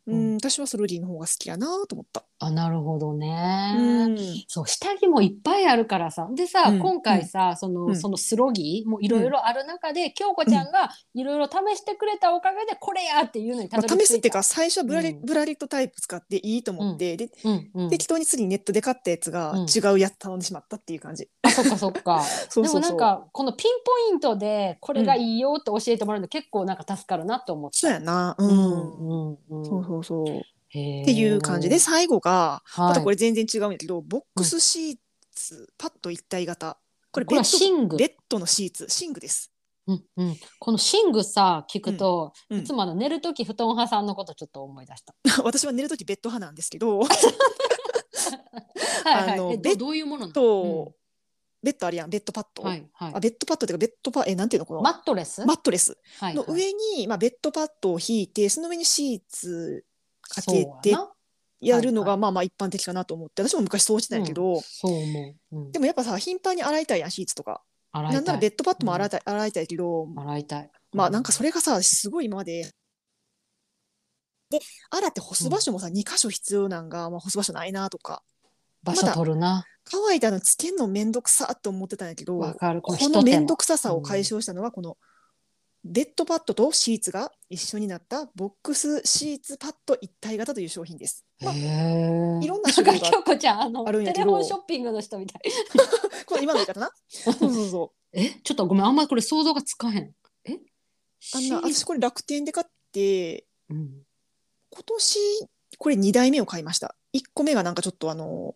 S2: う、
S1: うんんうん
S2: 私はスローリーの方が好きやなと思った。
S1: あなるほどね、
S2: うん
S1: そう下着もいっぱいあるからさでさ、
S2: うん
S1: 今回さ、その
S2: うん
S1: そのスロギーもいろいろある中で、京子ちゃんがいろいろ試してくれたおかげでこれやっていうのにた
S2: ま
S1: ど
S2: あ、
S1: り
S2: 試
S1: 着
S2: すっ
S1: い
S2: てい
S1: た
S2: うか最初はブラリ、
S1: うん
S2: ブラリットタイプ使っていいと思って、で
S1: うんうん、
S2: 適当に次にネットで買ったやつが
S1: うん
S2: 違うやつ頼んでしまったっていう感じ。
S1: あそっかそっか
S2: そうそうそう
S1: でもなんかこのピンポイントでこれがいいよって教えてもらうの結構なんか助かるなと思って、
S2: そうやな、う
S1: うんんうん
S2: そう
S1: う
S2: そうそう。
S1: っ
S2: っていう感じで、最後が、
S1: はい、
S2: またこれ全然違うんだけど、ボックスシーツ、パッド一体型。これ
S1: こ
S2: ベ
S1: れ
S2: ッ
S1: はシ
S2: ド、
S1: ング
S2: ベッドのシーツ、シングです。
S1: うんうん、このシングさ聞くと、
S2: うんうん
S1: いつもあの寝る時布団派さんのことちょっと思い出した。
S2: 私は寝るときベッド派なんですけど、
S1: はいはい、
S2: あの
S1: え
S2: ベッ
S1: どどういうものなの
S2: と、ベッドあるやん、ベッドパッド。
S1: うんはいはい
S2: あ、ベッドパッドっていうか、ベッドパ、え、なんていうのこの、
S1: マットレス、
S2: マットレス
S1: はい
S2: の上に、まあ、ベッドパッドを敷いて、その上にシーツかけ
S1: そう
S2: て
S1: やな
S2: やるの
S1: は
S2: が、まあまあ一般的かなと思って、私も昔そうしてたんやけど、
S1: そう思う。うん
S2: で、もやっぱさ、頻繁に洗いたいやん、シーツとか。
S1: 洗いた
S2: ないんならベッドパッドも洗いたい、洗いたいけど、
S1: 洗いたい。
S2: まあなんかそ
S1: れ
S2: れがさすごい今まで。で洗って干す場所もさ、2箇所必要なんが、まあ、干す場所ないなとか
S1: 場所取るな。
S2: 乾いたのつけんの面倒くさって思ってたんやけど
S1: わかる。
S2: こ
S1: 一手間
S2: の面倒くささを解消したのがこのベッドパッドとシーツが一緒になったボックスシーツパッド一体型という商品です。まあ、
S1: へえ。
S2: いろんな種類 が
S1: なんか京子ちゃんあの
S2: あるんや
S1: テ
S2: け
S1: レ
S2: ど
S1: フォンショッピングの人みたい。
S2: この今の言 い方なそうそうそ
S1: えちょっとごめんあんまりこれ想像がつかへん。え
S2: うあんな私これ楽天で買って
S1: うん
S2: 今年これ2代目を買いました1個目がなんかちょっとあの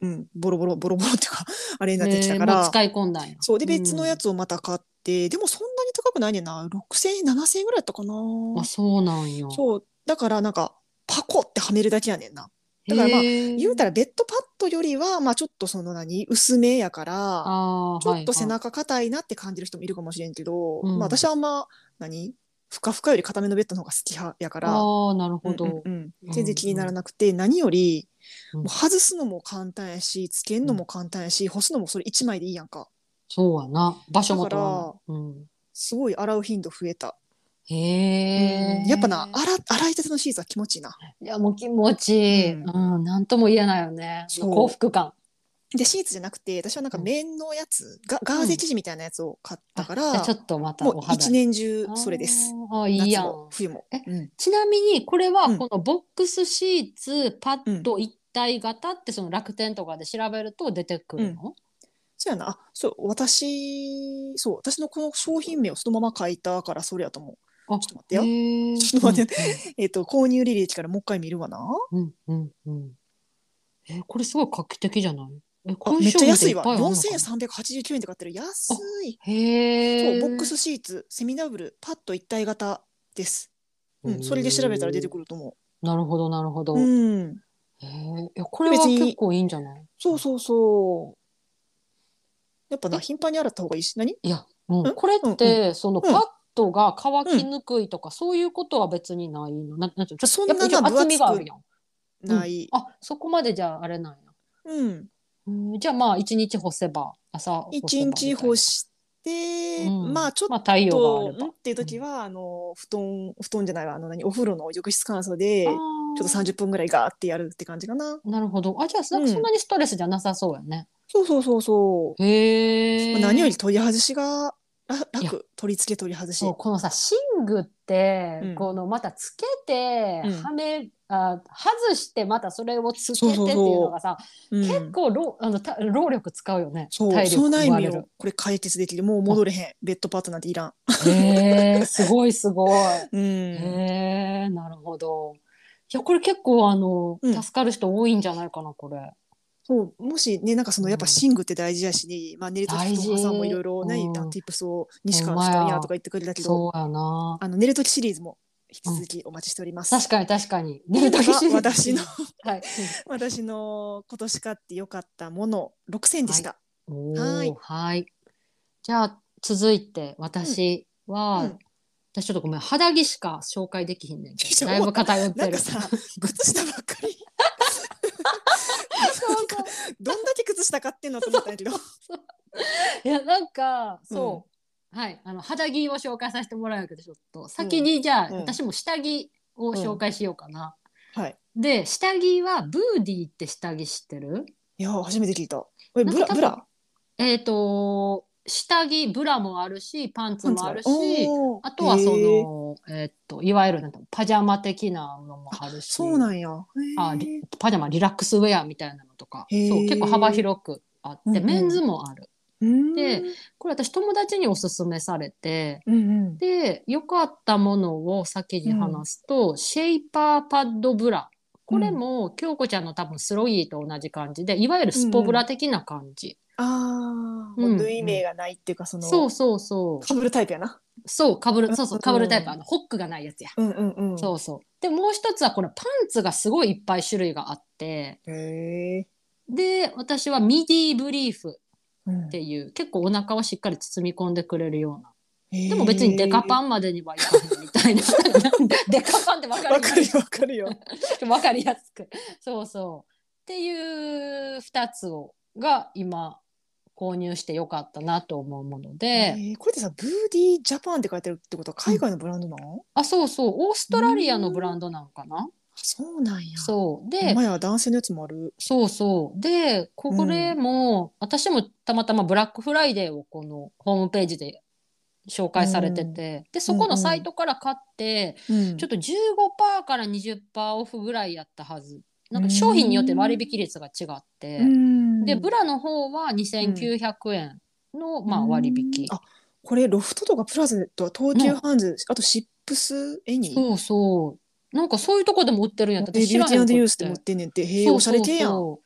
S2: うんボロボロボロボロっていうか あれになってき
S1: え
S2: たか
S1: ーも
S2: ら、
S1: う使い込んだんや。
S2: そうで別のや
S1: つ、
S2: つをまた買って、でもそんなに高くないねんな6000円7000円ぐらいやったかな
S1: あそうなんや。
S2: そうだからなんかパコってはめるだけやねんな
S1: だ
S2: だからまあ言
S1: 言
S2: うたらベッドパッドよりはまあちょっとその何薄めやから
S1: あー
S2: ちょっと背
S1: はいはい
S2: 中硬いなって感じる人もいるかもしれんけど、
S1: うん
S2: まあ、私はあんま何ふかふかより硬めのベッドの方が好き派やから
S1: あーなるほど、
S2: うんうんうん全然気にならなくて、何より、
S1: うん
S2: もう外すのも簡単やしつけんのも簡単やし、干すのもそれ1枚でいいやんか
S1: そうやな場所も取ら
S2: だか
S1: ない、うん、
S2: すごい洗う頻度増えた、
S1: へ
S2: う
S1: え
S2: んやっぱな洗洗いたてのシーツは気持ちいいない
S1: やもう気持ちいい、
S2: う
S1: うんなんとも言えないよね
S2: そう
S1: 幸福感
S2: でシーツじゃなくて私はなんか
S1: うん
S2: 綿のやつ、がガーゼ生地みたいなやつを買ったから、
S1: あじゃあちょっとまた
S2: も
S1: お
S2: う
S1: 肌
S2: 一年中それです
S1: あーいいやん
S2: 夏も冬も
S1: え
S2: うん
S1: ちなみにこれ
S2: う
S1: は
S2: ん
S1: このボックスシーツ、パッド一体型ってその楽天とかで調べると出てくるの、
S2: そうやなあそう私そう私のこの商品名をそのまま書いたからそれやと思う
S1: あ
S2: ちょっと待ってよ
S1: へー
S2: ちょっと待っえっ、と購入履歴からもう一回見るわな
S1: うんうんうん。えーこれすごい画期的じゃない？え
S2: あ
S1: こう
S2: め
S1: う
S2: っちゃ安いわ。
S1: 商品っ
S2: 四
S1: てっぱあるのか
S2: 千
S1: な
S2: 三百八十九円で買ってる。安い。そ
S1: へ
S2: う、
S1: え。
S2: ボックスシーツ、セミダブル、パッド一体型です。うん、それで調べたら出てく
S1: る。
S2: ると思
S1: なるほどなるほど。
S2: う。
S1: へ
S2: うん。
S1: え。いやこれは
S2: 別に
S1: 結構いいんじゃない？
S2: そうそうそう。やっぱな、
S1: え
S2: 頻繁に洗った方がいいし、何
S1: いや、うん
S2: うん
S1: これって、その
S2: うん
S1: パッドが乾きにくいとか、そういうことは別にないの。ななんていうのちょっと
S2: そんなな
S1: やっぱ一応厚みがあ
S2: 分厚く
S1: るやん。
S2: ない。
S1: あそこまでじゃああれなんや。
S2: うん。
S1: うんじゃあまあ一日干せば朝干せば
S2: 一日干して、
S1: うん
S2: まあちょっ
S1: まあ太陽があ
S2: と、
S1: れ
S2: う
S1: ば
S2: んっ。ていう時は、あの、布団、布団じゃないわ、あの、何、お風呂の浴室乾燥で
S1: あ、
S2: ちょっと30分ぐらいガーってやるって感じかな。
S1: なるほど。あ、じゃあ、なん
S2: うん
S1: かそんなにストレスじゃなさそうやね。
S2: そうそうそうそう。
S1: へえ。
S2: まあ何より取り外しがら楽取り付け取り外し
S1: そうこのさ寝具って、
S2: うん
S1: このまたつけて、
S2: うん
S1: はめあ外してまたそれをつけて
S2: そ
S1: っ
S2: う
S1: て
S2: そうそう
S1: いうのがさ
S2: うん
S1: 結構労あのた労力使うよね
S2: そう
S1: 体力
S2: その
S1: 奪
S2: 悩
S1: われ
S2: みを
S1: る。
S2: これ解決できるもう戻れへんベッドパートナーっていらん、
S1: へえ すごいすごい。
S2: うん
S1: へえなるほど。いやこれ結構あの、
S2: うん
S1: 助かる人多いんじゃないかなこれ。
S2: そうもしねなんかそのやっぱ寝具って大事やしね、まあ、寝る時とお母さんもいろいろね、
S1: 大事うん
S2: ティップスを西川
S1: ほんまや
S2: さんやとか言ってくれたけど
S1: そうやな。
S2: あの寝る時シリーズも引き続きお待ちしております、
S1: 確かに確かに。
S2: 寝る 時
S1: シリーズ
S2: 私の
S1: はい。
S2: 私の今年買って良かったもの6選でした、
S1: お
S2: は
S1: はいい。はい。じゃあ、続いて、私は、
S2: うん
S1: 私ちょっとごめん、肌着しか紹介できひん ねんけ
S2: い
S1: ど、
S2: や
S1: だいぶ偏ってる。
S2: なんかさ靴下ばっかりなんかどんだけ靴下買ってんのと思ったんや けど
S1: いや、なんか、そう。はい、あの肌着を紹介させてもらうわけでちょっと先にじゃあ、
S2: うん
S1: 私も下着を紹介しようかな。
S2: はい
S1: で下着はブーディーって下着知ってる
S2: いやー初めて聞いたえブ
S1: な
S2: ラ
S1: んか
S2: ブラ
S1: えっ、と下着ブラもあるしパンツもあるし
S2: おー
S1: あとはそ
S2: へー
S1: の、えーっといわゆるなんかパジャマ的なのもあるし
S2: そうなんや。
S1: あ
S2: へー
S1: リパジャマリラックスウェアみたいなのとか
S2: へー
S1: そう結構幅広くあって、
S2: うんうん
S1: メンズもある
S2: うん
S1: でこれ私友達におすすめされて
S2: うんうん。
S1: で良かったものを先に話すと、シェイパーパッドブラこれも、京子ちゃんの多分スロイーと同じ感じでいわゆるスポブラ的な感じ、
S2: ああ、
S1: うん
S2: 縫い目がないっていうかその、
S1: そうそうそう
S2: かぶるタイプやな。
S1: そうかぶるそうそうかぶるタイ
S2: うん
S1: プあのホックがないやつや、
S2: うんうんうん。
S1: そうそうでもう一つはこれパンツがすごいいっぱい種類があって
S2: う。へえ。
S1: で私はミディブリーフ
S2: うん
S1: っていう結構お腹をしっかり包み込んでくれるようなで
S2: で
S1: も別にデカパ
S2: ン。
S1: ンまでにはいかないみた いなデカパンって分かる
S2: わかるよわかるよ。
S1: 分かりやすくそうそうっていう2つをが今購入してよかったなと思うもので、
S2: へーこれってさブーディージャパンって書いてあるってことは海外のブランドなの？
S1: あそうそうオーストラリアのブランドなのかな
S2: そうなんや。う。
S1: そうで
S2: 今や男性のやつもある。
S1: そうそう。で、これも、私もたまたまブラックフライデーをこのホームページで紹介されてて、
S2: うん
S1: で、そこのサイトから買って、
S2: うん
S1: ちょっと15%から20%オフぐらいやったはず。なんか商品によって割引率が違って、
S2: うん
S1: で、ブラの方は2900円の、まあ、割引。
S2: あこれロフトとかプラズとは東急ハンズ、あとシップスエニー。
S1: そうそう。なんかそういうとこでも売ってるんやった
S2: でビューティーユースって持
S1: も
S2: ってんねんってへえおしゃれ系やん。う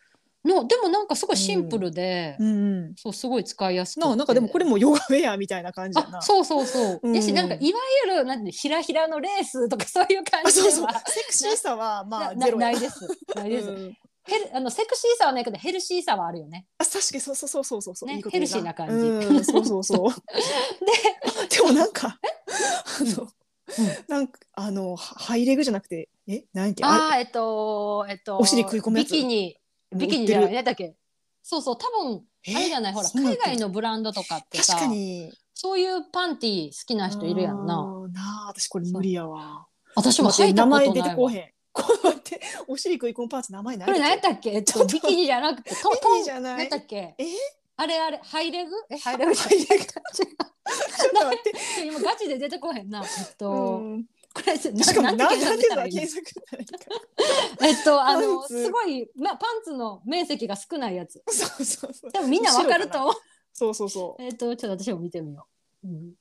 S1: のでもなんかすごいシンプルで、
S2: んうん。
S1: そうすごい使いやすくて
S2: なあなんかでもこれもヨガウェアみたいな感じやな。
S1: あそうそうそう、
S2: うん
S1: やしなんかいわゆるなんていうのひらひらのレースとかそういう感
S2: あ
S1: じで
S2: そう
S1: は
S2: そう。セクシーさはまあ
S1: なな
S2: ゼロ
S1: な
S2: や。
S1: いですないです、
S2: うん
S1: ヘルあのセクシーさはないけどヘルシーさはあるよね
S2: あ確かにそうそうそうそうそうそう。
S1: ね
S2: いいこと
S1: ヘ
S2: 言う
S1: ルシーな感じ
S2: うんそうそ うそう。ででもなんかあの、
S1: うん
S2: なんかあのハハイレグじゃなくてえなんてあ
S1: ああーえっとえっと
S2: お尻食い込むやつ
S1: ビキニ
S2: れ
S1: ビキニじゃないなんだっけそうそう多分
S2: え
S1: あれじゃないほら
S2: そうなん
S1: 海
S2: だ
S1: 外のブランドとかって
S2: 確
S1: さ
S2: かに。
S1: そういうパンティ好きな人いるやん
S2: あ
S1: な
S2: ー。なあ私これ無理やわ。
S1: 私も履いたこと
S2: 名
S1: ない
S2: 前
S1: わ
S2: 出てこうへん。こうやってお尻食い込むパーツ名前ない。
S1: これ何やったっけえっ
S2: ちょ
S1: と
S2: っと
S1: ビキニじゃなくてトン
S2: ビ
S1: ト
S2: キニ
S1: ン
S2: じゃない
S1: 何やったっけ
S2: え
S1: あれあれハイレグえハイレグじゃ
S2: ハ
S1: ない
S2: イレグ。ちょっと待って。
S1: 今ガチで出てこへんな。えっと、
S2: うん
S1: これな
S2: しかも
S1: なんて
S2: ななん
S1: 検索し
S2: ていう
S1: た
S2: の
S1: らいいの
S2: 検索したらい いか。
S1: えっとあの
S2: パンツ
S1: すごいまあパンツの面積が少ないやつ。
S2: そうそうそう。
S1: でもみんなわかると思う。
S2: そうそうそう。
S1: えっとちょっと私も見てみよう。うん、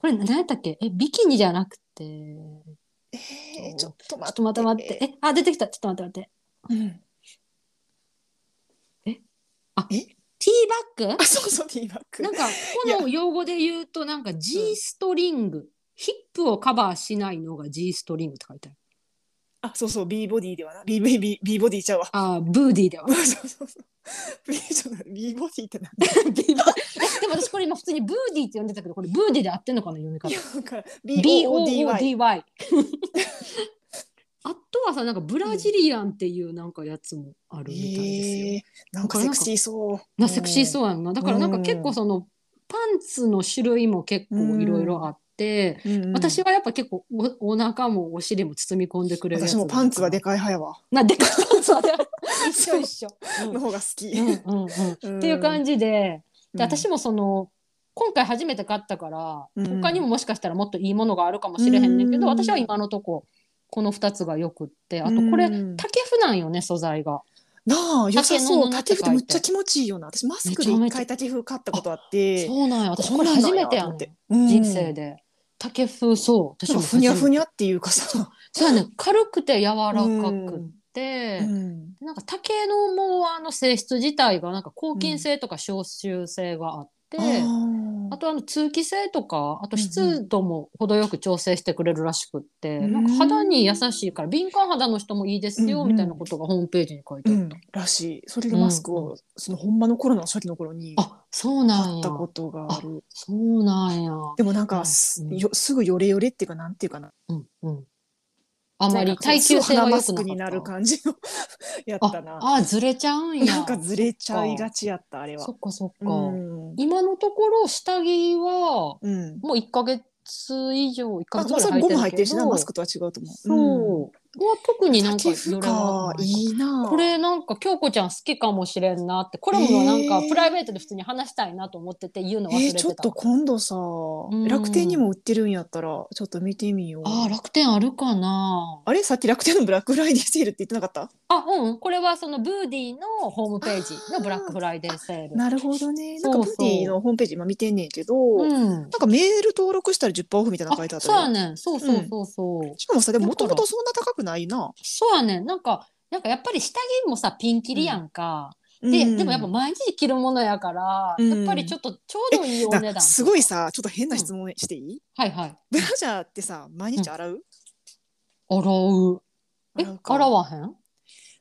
S1: これ何やったっけえビキニじゃなくてち
S2: えー、ちょっと
S1: ょ
S2: 待
S1: っ
S2: って。
S1: と待って待って。えあ出てきたちょっと待って待って
S2: うん
S1: ティーバッ
S2: あ、
S1: グ
S2: そうそう、ティーバッグ
S1: なん。かこの用語で言うとなんか G ストリング、ヒップをカバーしないのが G ストリングって書いてある。
S2: あ、そうそう、B ボディではな。B, B, B, B ボディちゃうわ。
S1: あーブーディーでは
S2: そうそうそう。B じゃない B ボディってなんだ
S1: ビーバーえでも私これ今普通にブーディーって呼んでたけどこれブーディーで合ってんのかな読み方
S2: いやなんか BODY。
S1: BOODY あとはさなんかブラジリアンっていうなんかやつもあるみたいですよ、
S2: えー、なんかセクシーそう。
S1: なセクシー
S2: う
S1: そうやんなだからなんか結構そのパンツの種類も結構いろいろあっって、
S2: うんうん
S1: 私はやっぱ結構おお腹もお尻も包み込んでくれるやつ
S2: 私もパンツはでかい派やわ。
S1: なでかいパンツはでかい一緒一緒、
S2: の方が好き。
S1: うんうんうん、っ
S2: って
S1: いう感
S2: じ。
S1: じでで私
S2: も
S1: もその今回初めて買ったから、
S2: うん
S1: 他にももしかしたらもっといいものがあるかもしれへんねんけど、
S2: うん
S1: 私は今のとここの2つがよくってあとこれ、
S2: な
S1: 竹譜なんよね素材が。
S2: あ良さ
S1: 竹の
S2: そう。
S1: 布って書い
S2: 竹
S1: て
S2: 風めっちゃ気持ちいいよな。私マスクで一回竹風買ったことあって。
S1: そうなんや私こ
S2: ん
S1: れ
S2: なんな
S1: 初
S2: ん
S1: め
S2: や
S1: てや
S2: と
S1: ん
S2: 思ってうん
S1: 人生で。竹風そう私
S2: なん
S1: も
S2: かふにゃふ
S1: に
S2: にゃっていうかさ。
S1: そうやね軽くて柔らかくっ
S2: うん
S1: て、
S2: うん
S1: なんか竹のもうあの性質自体がなんか抗菌性とか消臭性があって、
S2: あー
S1: あとあの通気性とかあと
S2: うんう
S1: 湿度も程よく調整してくれるらしくって、
S2: うん
S1: なんか肌に優しいから敏感肌の人もいいですよ
S2: うんうん
S1: みたいなことがホームページに書いて
S2: う
S1: あった。
S2: ん、らしい。それでマスク
S1: うんう
S2: を、その本場のコロナの初期の頃に買
S1: あそうなん
S2: っ
S1: や
S2: たことがある。
S1: そうなんや。
S2: でもなん
S1: う
S2: か
S1: ん
S2: す、よすぐヨレヨレっていうか、なんていうかな。
S1: うんうん、あまり
S2: なんかこう
S1: 耐久性は良くなかっ
S2: すぐ鼻マスクになる
S1: た。
S2: 感じのや ったな。
S1: ああずれちゃうんや。
S2: なんかずれちゃいがちやったあれは
S1: そ。っかそっか。
S2: うん。
S1: 今のところ下着は
S2: うん。
S1: もう1ヶ月以上1
S2: ま
S1: ヶ
S2: あ、
S1: 月
S2: ま
S1: ぐ
S2: さ
S1: ら
S2: に
S1: い
S2: ゴム
S1: 履
S2: 入
S1: い
S2: ってて
S1: る
S2: る
S1: け
S2: し
S1: ど
S2: な、マスクとは違うと思う。
S1: そう。は特になんか
S2: 竹風か、
S1: い。
S2: いいなぁ。
S1: これなんか京子ちゃん好きかもしれんなってこれもなんか
S2: えー
S1: プライベートで普通に話したいなと思ってて言うの
S2: え
S1: 忘れて
S2: ー、
S1: た、
S2: ちょっと今度さ、
S1: ん
S2: 楽天にも売ってるんやったら、ちょっと見てみよう。
S1: あー楽天あるかな
S2: あれさっき楽天のブラックフライデーセールって言ってなかった
S1: あうんこれはそのブーディーのホームページのブラックフライデーセール
S2: なるほどね。なんか
S1: そう
S2: ブ
S1: そう
S2: ーディのホームページ今見てんねんけど、
S1: うん
S2: なんかメール登録したら10%オフみたいな
S1: あ
S2: の書いてあった
S1: そう
S2: よ
S1: やねんそうそうそうそう、
S2: しかもさ、でも
S1: だ
S2: も
S1: か
S2: と
S1: ら
S2: もとそんな高くないな。
S1: そうやねんなんかなんかやっぱり下着もさピンキリやんか、で、
S2: うん
S1: でもやっぱ毎日着るものやから、
S2: うん
S1: やっぱりちょっとちょうどいいお
S2: だ
S1: 値段
S2: すごいさ、ちょっと変な質問していい、
S1: はいはい
S2: ブラジャーってさ、毎日洗う、
S1: 洗うえ
S2: 洗うか
S1: 洗わへん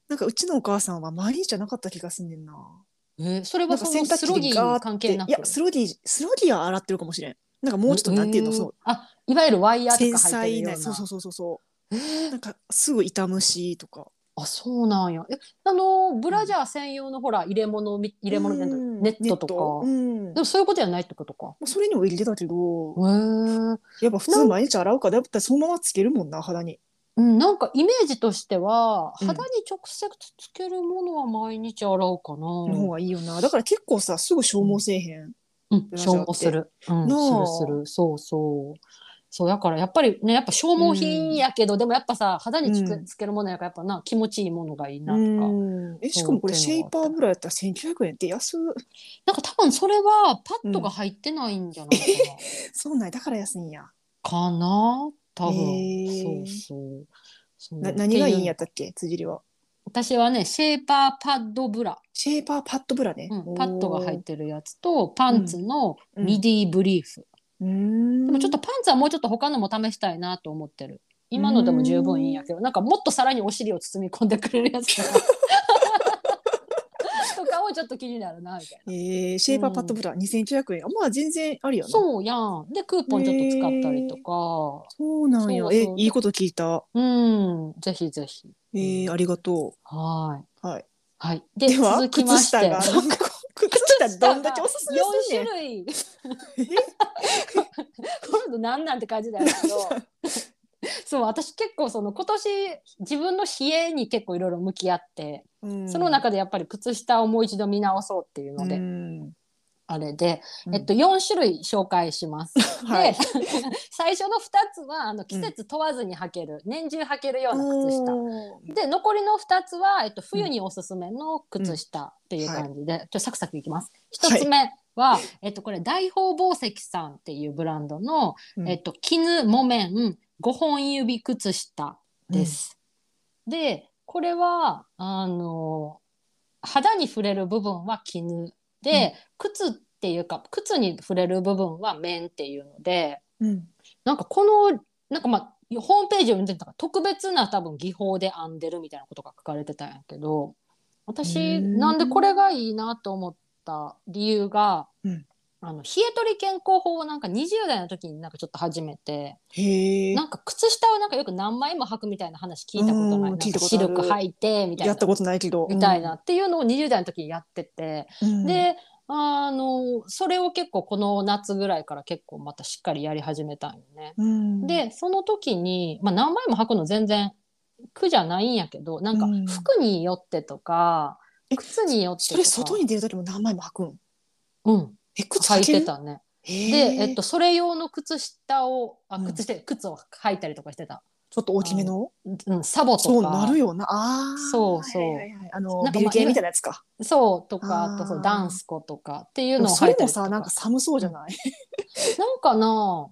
S2: なんかうちのお母さんは毎日じゃなかった気がすんねんな。
S1: えーそれは
S2: なん
S1: そ
S2: か洗
S1: のス
S2: 濯
S1: ロ
S2: 機
S1: ギ
S2: に
S1: ー
S2: ガ
S1: に
S2: ー
S1: 関
S2: っ
S1: 係
S2: て
S1: なく
S2: いやスロディスロディは洗ってるかもしれん。なんかもうちょっとなんていうの、
S1: えー
S2: そ
S1: あいわゆるワイヤ
S2: う
S1: ーと
S2: 繊
S1: か入ってる
S2: 細
S1: よう
S2: な
S1: な
S2: そうそうそうそうそう。
S1: えー
S2: なんかすぐ傷むしとか。
S1: あそうなんやえあのブラジャー専用のほら入れ物み入れ物なんて
S2: うん
S1: ネットとか
S2: うん。
S1: で
S2: ま
S1: もそういうことじゃないってことか
S2: あそれにも入れてたけど、
S1: へー
S2: やっぱ普通毎日洗うからだったらそのままつけるもんな肌に。
S1: うん、なんかイメージとしては
S2: うん
S1: 肌に直接つけるものは毎日洗うかな、
S2: の方がいいよな。だから結構さすぐ消耗せえへん。
S1: うん、
S2: ブラジャー
S1: 消耗する。うん、す
S2: なあ
S1: るする。そうそう。そうだからやっぱりねやっぱ消耗品やけど、でもやっぱさ肌につく
S2: うん
S1: つけるものやからやっぱな気持ちいいものがいいな
S2: う
S1: とか、
S2: ん。えしかもこれ
S1: そう
S2: シェイパーブラやったら1900円って 安い。
S1: なんか多分それはパッドが入ってないんじゃない
S2: そうないだから安いんや。
S1: かな、かな多分、
S2: へえ
S1: そうそうそう
S2: な何がいいんやっ
S1: って
S2: たっけ辻りは。
S1: う私はねシェイパーパッドブラ、
S2: シェイパーパッドブラね。
S1: うん、パッドが入ってるやつとパンツの
S2: うん
S1: ミディブリーフ、
S2: おー。うーん
S1: でもちょっとパンツはもうちょっと他のも試したいなと思ってる。今のでも十分いいんやけど、なんかもっとさらにお尻を包み込んでくれるやつと か。とかをちょっと気になるなみたいな。
S2: えー、シェイパーパッドブラ2900円。あまあ全然あるよな。う
S1: そうやん。で、クーポンちょっと使ったりとか。
S2: そうなんや
S1: そ。う
S2: え
S1: そう、
S2: いいこと聞いた。
S1: うん、ぜひぜひ。
S2: えー、ありがと
S1: はい。
S2: う。はい。
S1: はい。で、
S2: では、
S1: 続きま
S2: 靴
S1: して。
S2: 下 が、
S1: そう
S2: 靴下どんだけおすすめす
S1: 四
S2: んね
S1: 種
S2: ん。
S1: 類。今度なんなんて感じだよけど。そう私結構その今年自分の冷えに結構いろいろ向き合って、
S2: うん
S1: その中でやっぱり靴下をもう一度見直そうっていうので、
S2: うん
S1: あれで、
S2: うん
S1: えっと、4種類紹介します。
S2: はい
S1: で最初の2つはあの季節問わずに履ける、年中履けるような靴下。
S2: おー
S1: で残りの2つは、えっと、冬におすすめの靴下っていう感じで、ちょっとサクサクいきます。1つ目は、えっと、これ大宝宝石さんっていうブランドの、
S2: うん
S1: えっと、絹木綿5本指靴下です。でこれはあの肌に触れる部分は絹で、靴っていうか靴に触れる部分は綿っていうので
S2: うん
S1: なんかこのなんかまあホームページを見てたから特別な多分技法で編んでるみたいなことが書かれてたんやけど私
S2: うん
S1: なんでこれがいいなと思った理由が、
S2: うん
S1: あの冷え取り健康法をなんか20代の時になんかちょっと始めて、
S2: へえ。
S1: なんか靴下をなんかよく何枚も履くみたいな話聞いたことない
S2: うん
S1: な
S2: 聞
S1: ん
S2: い
S1: か
S2: た
S1: シ
S2: ことあ
S1: ル
S2: る
S1: ク履いてみたい
S2: や
S1: な
S2: ったことないけど。
S1: みたいなっていうのを20代の時にやってて、
S2: うん、
S1: であのそれを結構この夏ぐらいから結構またしっかりやり始めたんよね。
S2: うん、
S1: でその時に、まあ、何枚も履くの全然苦じゃないんやけどなんか
S2: うん
S1: 服によってとか、
S2: え
S1: 靴によってと
S2: そ
S1: か
S2: れ外に出る時も何枚も履くん
S1: うん、
S2: え靴
S1: 履い
S2: ける
S1: てたね。
S2: へ
S1: で、
S2: ー
S1: えっと、それ用の靴下をあ
S2: うん
S1: 靴で、靴を履いたりとかしてた、
S2: ちょっと大きめの
S1: うん、サボとか
S2: そうなるよなあー
S1: そうそう
S2: はいはいはいあの
S1: なんかまあ
S2: ビル系みたいなやつか
S1: そうとか
S2: あー
S1: あとそうダンスコとかっていう
S2: でも
S1: のを
S2: そ
S1: 履
S2: れ
S1: いた
S2: も
S1: りとか
S2: さなんか寒そうじゃない
S1: なんかな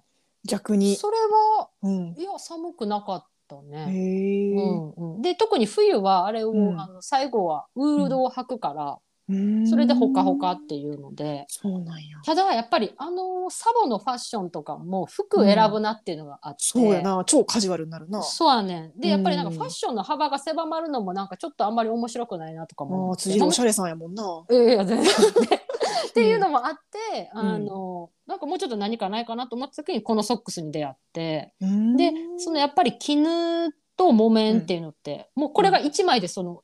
S2: 逆に
S1: それは
S2: うん
S1: いや寒くなかった
S2: へ
S1: ね。う
S2: ー
S1: んうん、で特に冬はあれを、
S2: うん
S1: あの最後はウールドを履くから、
S2: うーん
S1: それでほかほかっていうので
S2: そうなんや
S1: ただやっぱりあのサボのファッションとかも服選ぶなっていうのがあって、
S2: そうやな超カジュアルになるな
S1: そうやねんでやっぱりなんか
S2: うん
S1: ファッションの幅が狭まるのもなんかちょっとあんまり面白くないなとかも
S2: あ
S1: 思
S2: ー
S1: って
S2: 辻
S1: な
S2: の
S1: ん
S2: お
S1: か
S2: しゃれさんやもんな。
S1: いやいや全然っていうのもあって、
S2: ん
S1: あのなんかもうちょっと何かないかなと思った時にこのソックスに出会って
S2: で
S1: でそのやっぱり絹と木綿っていうのって、もうこれが1枚でその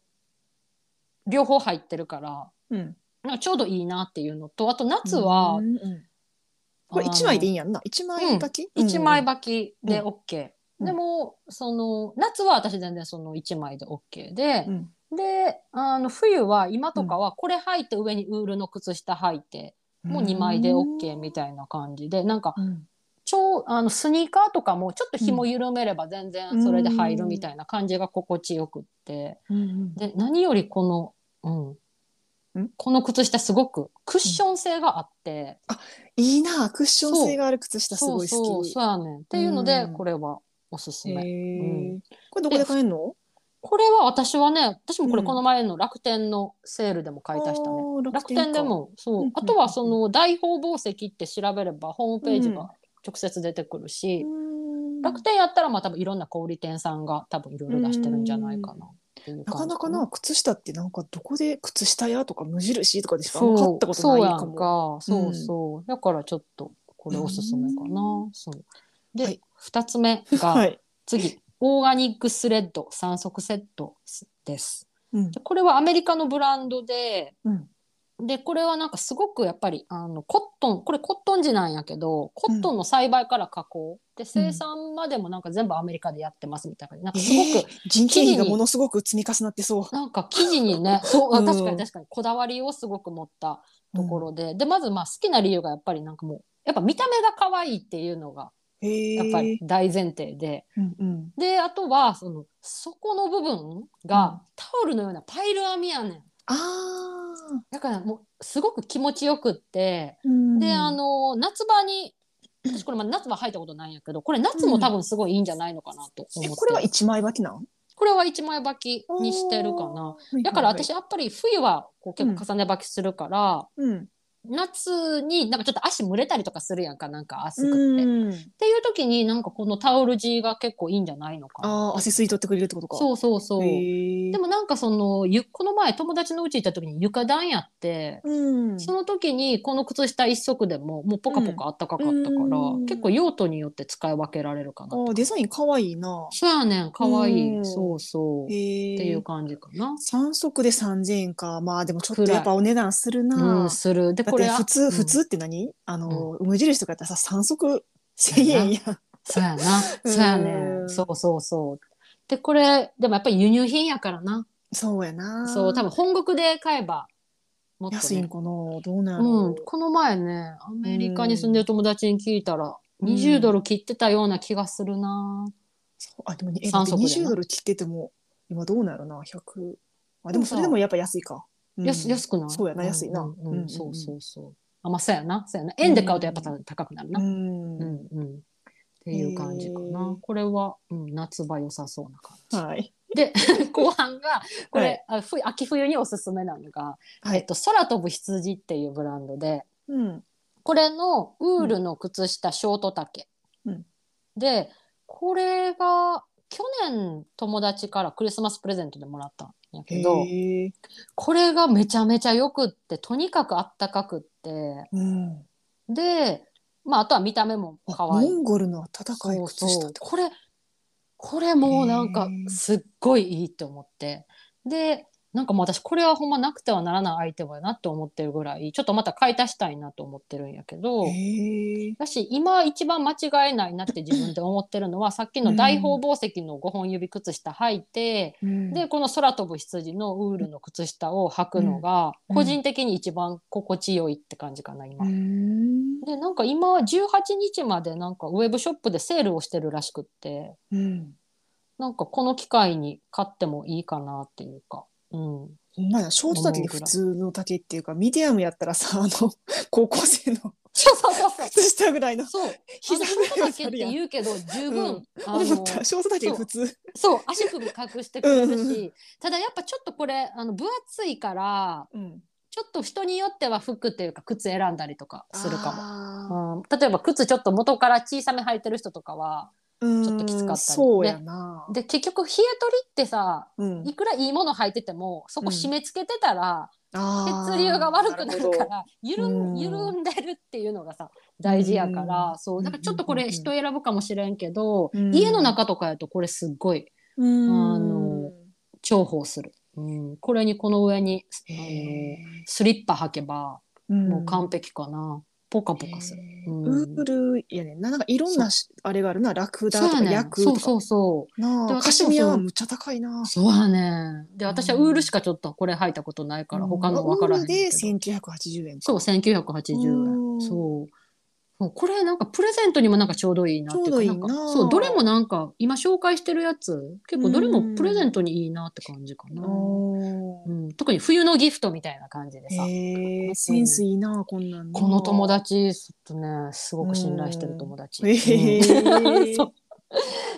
S1: 両方入ってるから
S2: うん、
S1: なんかちょうどいいなっていうのとあと夏は
S2: うんうんこれ一枚でいいんやんな。一枚だけ？
S1: 1枚
S2: ば
S1: 履きで OK、
S2: うん
S1: でもその夏は私全然その1枚で OK で、
S2: うん
S1: であの冬は今とかはこれ履いて上にウールの靴下履いて、もう2枚で OK みたいな感じでなんか
S2: うん
S1: 超あのスニーカーとかもちょっと紐緩めれば全然それで入るみたいな感じが心地よくって、
S2: うん
S1: で何よりこの、うん
S2: ん
S1: この靴下すごくクッション性があって、
S2: いいなクッション性がある靴下す
S1: そ
S2: ご
S1: う
S2: い
S1: そ
S2: 好
S1: う
S2: き。
S1: そうやねんっていうので、
S2: うん
S1: これはおすす
S2: へ
S1: め。う
S2: ーこれどこで買えるの？
S1: これは私はね私もこれ
S2: うん
S1: この前の楽天のセールでも買い足したね。
S2: あー
S1: 楽天で
S2: か。
S1: も
S2: うん
S1: そ
S2: うんう
S1: うんあとはその大宝宝石って調べればホームページが直接出てくるし、
S2: うん
S1: 楽天やったらまあ多分いろんな小売店さんが多分いろいろ出してるんじゃないかなっていう
S2: なか
S1: 感じ
S2: なかな靴下ってなんかどこで靴下やとか無印とかでしかあん
S1: そう
S2: ま買ったことない
S1: そうや
S2: かも。
S1: んか
S2: うん
S1: そうそう、だからちょっとこれおすすめかな、
S2: う
S1: そうで、
S2: はい
S1: 2つ目が、
S2: はい。
S1: 次オーガニックスレッド3足セットです
S2: うん
S1: でこれはアメリカのブランドで
S2: うん
S1: でこれはなんかすごくやっぱりあのコットンこれコットン地なんやけどコットンの栽培から加工、で生産までもなんか全部アメリカでやってますみたいな感じなんかすごく、
S2: えー人件費がものすごく積み重なってそう。
S1: なんか生地に ねそうあ
S2: うん
S1: 確かに確かにこだわりをすごく持ったところで、でまずまあ好きな理由がやっぱりなんかもうやっぱ見た目が可愛いっていうのが
S2: へー
S1: やっぱり大前提で。
S2: うんうん
S1: であとはその底の部分
S2: うん
S1: がタオルのようなパイル編みやねん。
S2: あ
S1: だからもうすごく気持ちよくって、
S2: ー
S1: であ、の夏場に私これまだ夏場履いたことないんやけどこれ夏も多分すごいいいんじゃないのかなと
S2: うん
S1: 思って、
S2: えこれは一枚履きなん
S1: これは一枚履きにしてるかなだから私、やっぱり冬はこう結構重ね履きするから、
S2: うん、
S1: 夏になんかちょっと足蒸れたりとかするやんかなんか暑くって、っ
S2: うん、
S1: ていう時になんかこのタオル地が結構いいんじゃないのかな
S2: ああ汗吸い取ってくれるってことかう
S1: そうそうそう、
S2: で
S1: で
S2: も、
S1: もなんかそのゆこの前友達の家行った時に床暖やって、
S2: うん、
S1: その時にこの靴下一足でももうポカポカあったかかったから、
S2: うん
S1: 結構用途によって使い分けられるかな
S2: ああデザイン可愛いな
S1: そうやねんかわいい、
S2: うん
S1: そうそう、
S2: へ
S1: っ
S2: え
S1: ていう感じかな。
S2: 三足で三千円かまあでもちょっとやっぱお値段する
S1: う、、
S2: なん
S1: するで
S2: だ
S1: こ
S2: っ
S1: れ
S2: て普通、
S1: うん
S2: 普通って何あの、無印とかやったらさ三足千円やん
S1: そうやなそうやねんそうそうそうでこれでもやっぱり輸入品やからな
S2: そうやな
S1: そう多分本国で買えばもっとね、
S2: 安いんかなどうなんや
S1: う
S2: ろ
S1: ん、この前ねアメリカに住んでる友達に聞いたら、20ドル切ってたような気がするな、
S2: そうあでもねえ
S1: 三足でな
S2: 二十ドル切ってても今どうなんやろな百あでもそれでもやっぱ安いか、うん
S1: 安安くない
S2: そうやな安いな
S1: うんうん
S2: うんうんうん
S1: そうそうそうあまあそうやなそうやな円で買うとやっぱ高くなるな、
S2: うん
S1: うんうんっていう感じか
S2: へ
S1: な
S2: ー
S1: これは、うん、夏場良さそうな 感じ
S2: はい
S1: で後半がこれ、あふ秋冬におすすめなのが、
S2: はい
S1: えっと、空飛ぶ羊っていうブランドで
S2: うん
S1: これのウールの靴下、ショート丈、
S2: うん
S1: でこれが去年友達からクリスマスプレゼントでもらったんやけど
S2: へえ
S1: これがめちゃめちゃよくってとにかくあったかくって
S2: うん
S1: で、まあ、あとは見た目も
S2: あ
S1: 可愛い
S2: モンゴルの暖かい
S1: そ
S2: 靴
S1: う
S2: 下
S1: そ
S2: っ
S1: う
S2: てこ
S1: これこれもうなんか
S2: へー
S1: すっごいいいと思ってでなんかもう私これはほんまなくてはならないアイテムやなって思ってるぐらいちょっとまた買い足したいなと思ってるんやけど、
S2: へえ。
S1: だし今一番間違えないなって自分で思ってるの はさっきの大方宝石の5本指靴下履いて、でこの空飛ぶ羊のウールの靴下を履くのが
S2: うん
S1: 個人的に一番心地よいって感じかな今。
S2: うん、
S1: でなんか今18日までなんかウェブショップでセールをしてるらしくって
S2: うん、
S1: なんかこの機会に買ってもいいかなっていうか。うん、
S2: ほんまやショート丈で普通の丈っていうかミディアムやったらさあの 高校生の
S1: そうそうそうそう
S2: 靴下ぐらいの
S1: そう膝
S2: 膝ぐらい
S1: の
S2: は
S1: 丈
S2: あ
S1: っ
S2: る
S1: て
S2: やん
S1: 言うけど十分、
S2: うん
S1: あ
S2: 思
S1: の
S2: ったショート丈普通
S1: そう足首隠してくれるし、
S2: うんうんう
S1: ただやっぱちょっとこれあの分厚いから
S2: うん
S1: ちょっと人によっては服っていうか靴選んだりとかするか
S2: か
S1: も、うん、例えば靴ちょっと元から小さめ履いてる人とかは
S2: も
S1: ちょっときつかったりね
S2: そうやな、
S1: で結局冷え取りってさ
S2: うん
S1: いくらいいもの履いててもそこ締め付けてたら、
S2: あー
S1: 血流が悪くなるか
S2: ほど
S1: ら緩
S2: うん
S1: ん緩んでるっていうのがさ大事やから、
S2: うん
S1: そうだからちょっとこ
S2: うん
S1: れ
S2: うんうん
S1: 人選ぶかもしれんけど、
S2: うん
S1: 家の中とかやとこれすっごい
S2: うん
S1: あの重宝する、うん、これにこの上にあのスリッパ履けばもう完璧かな、ポカポカする。
S2: へ
S1: う
S2: ー
S1: ん
S2: ウールやねんななんかいろんなしあれがあるなラクダと
S1: そうや
S2: か
S1: ね
S2: ヤ
S1: ん
S2: ク
S1: そ
S2: と
S1: う
S2: か
S1: そうそ
S2: な
S1: で私もそ
S2: あ
S1: う
S2: カシミヤはむっちゃ高いな
S1: う。そうやねんで
S2: うん
S1: 私はウールしかちょっとこれ履いたことないから他の分からへん
S2: ウー
S1: け
S2: ルで
S1: ど
S2: 1980円か
S1: そう1980
S2: う
S1: 円
S2: ん
S1: そうそうこれなんかプレゼントにもなんかちょうどいいなっていうか
S2: ちょうどいいなん
S1: かそうどれもなんか今紹介してるやつ結構どれもプレゼントにいいなって感じかな、う
S2: おー
S1: ん特に冬のギフトみたいな感じでさ、
S2: へえセンスいいなこんなんな
S1: この友達ちょっとねすごく信頼してる友達、
S2: うんへ
S1: うん
S2: え
S1: そう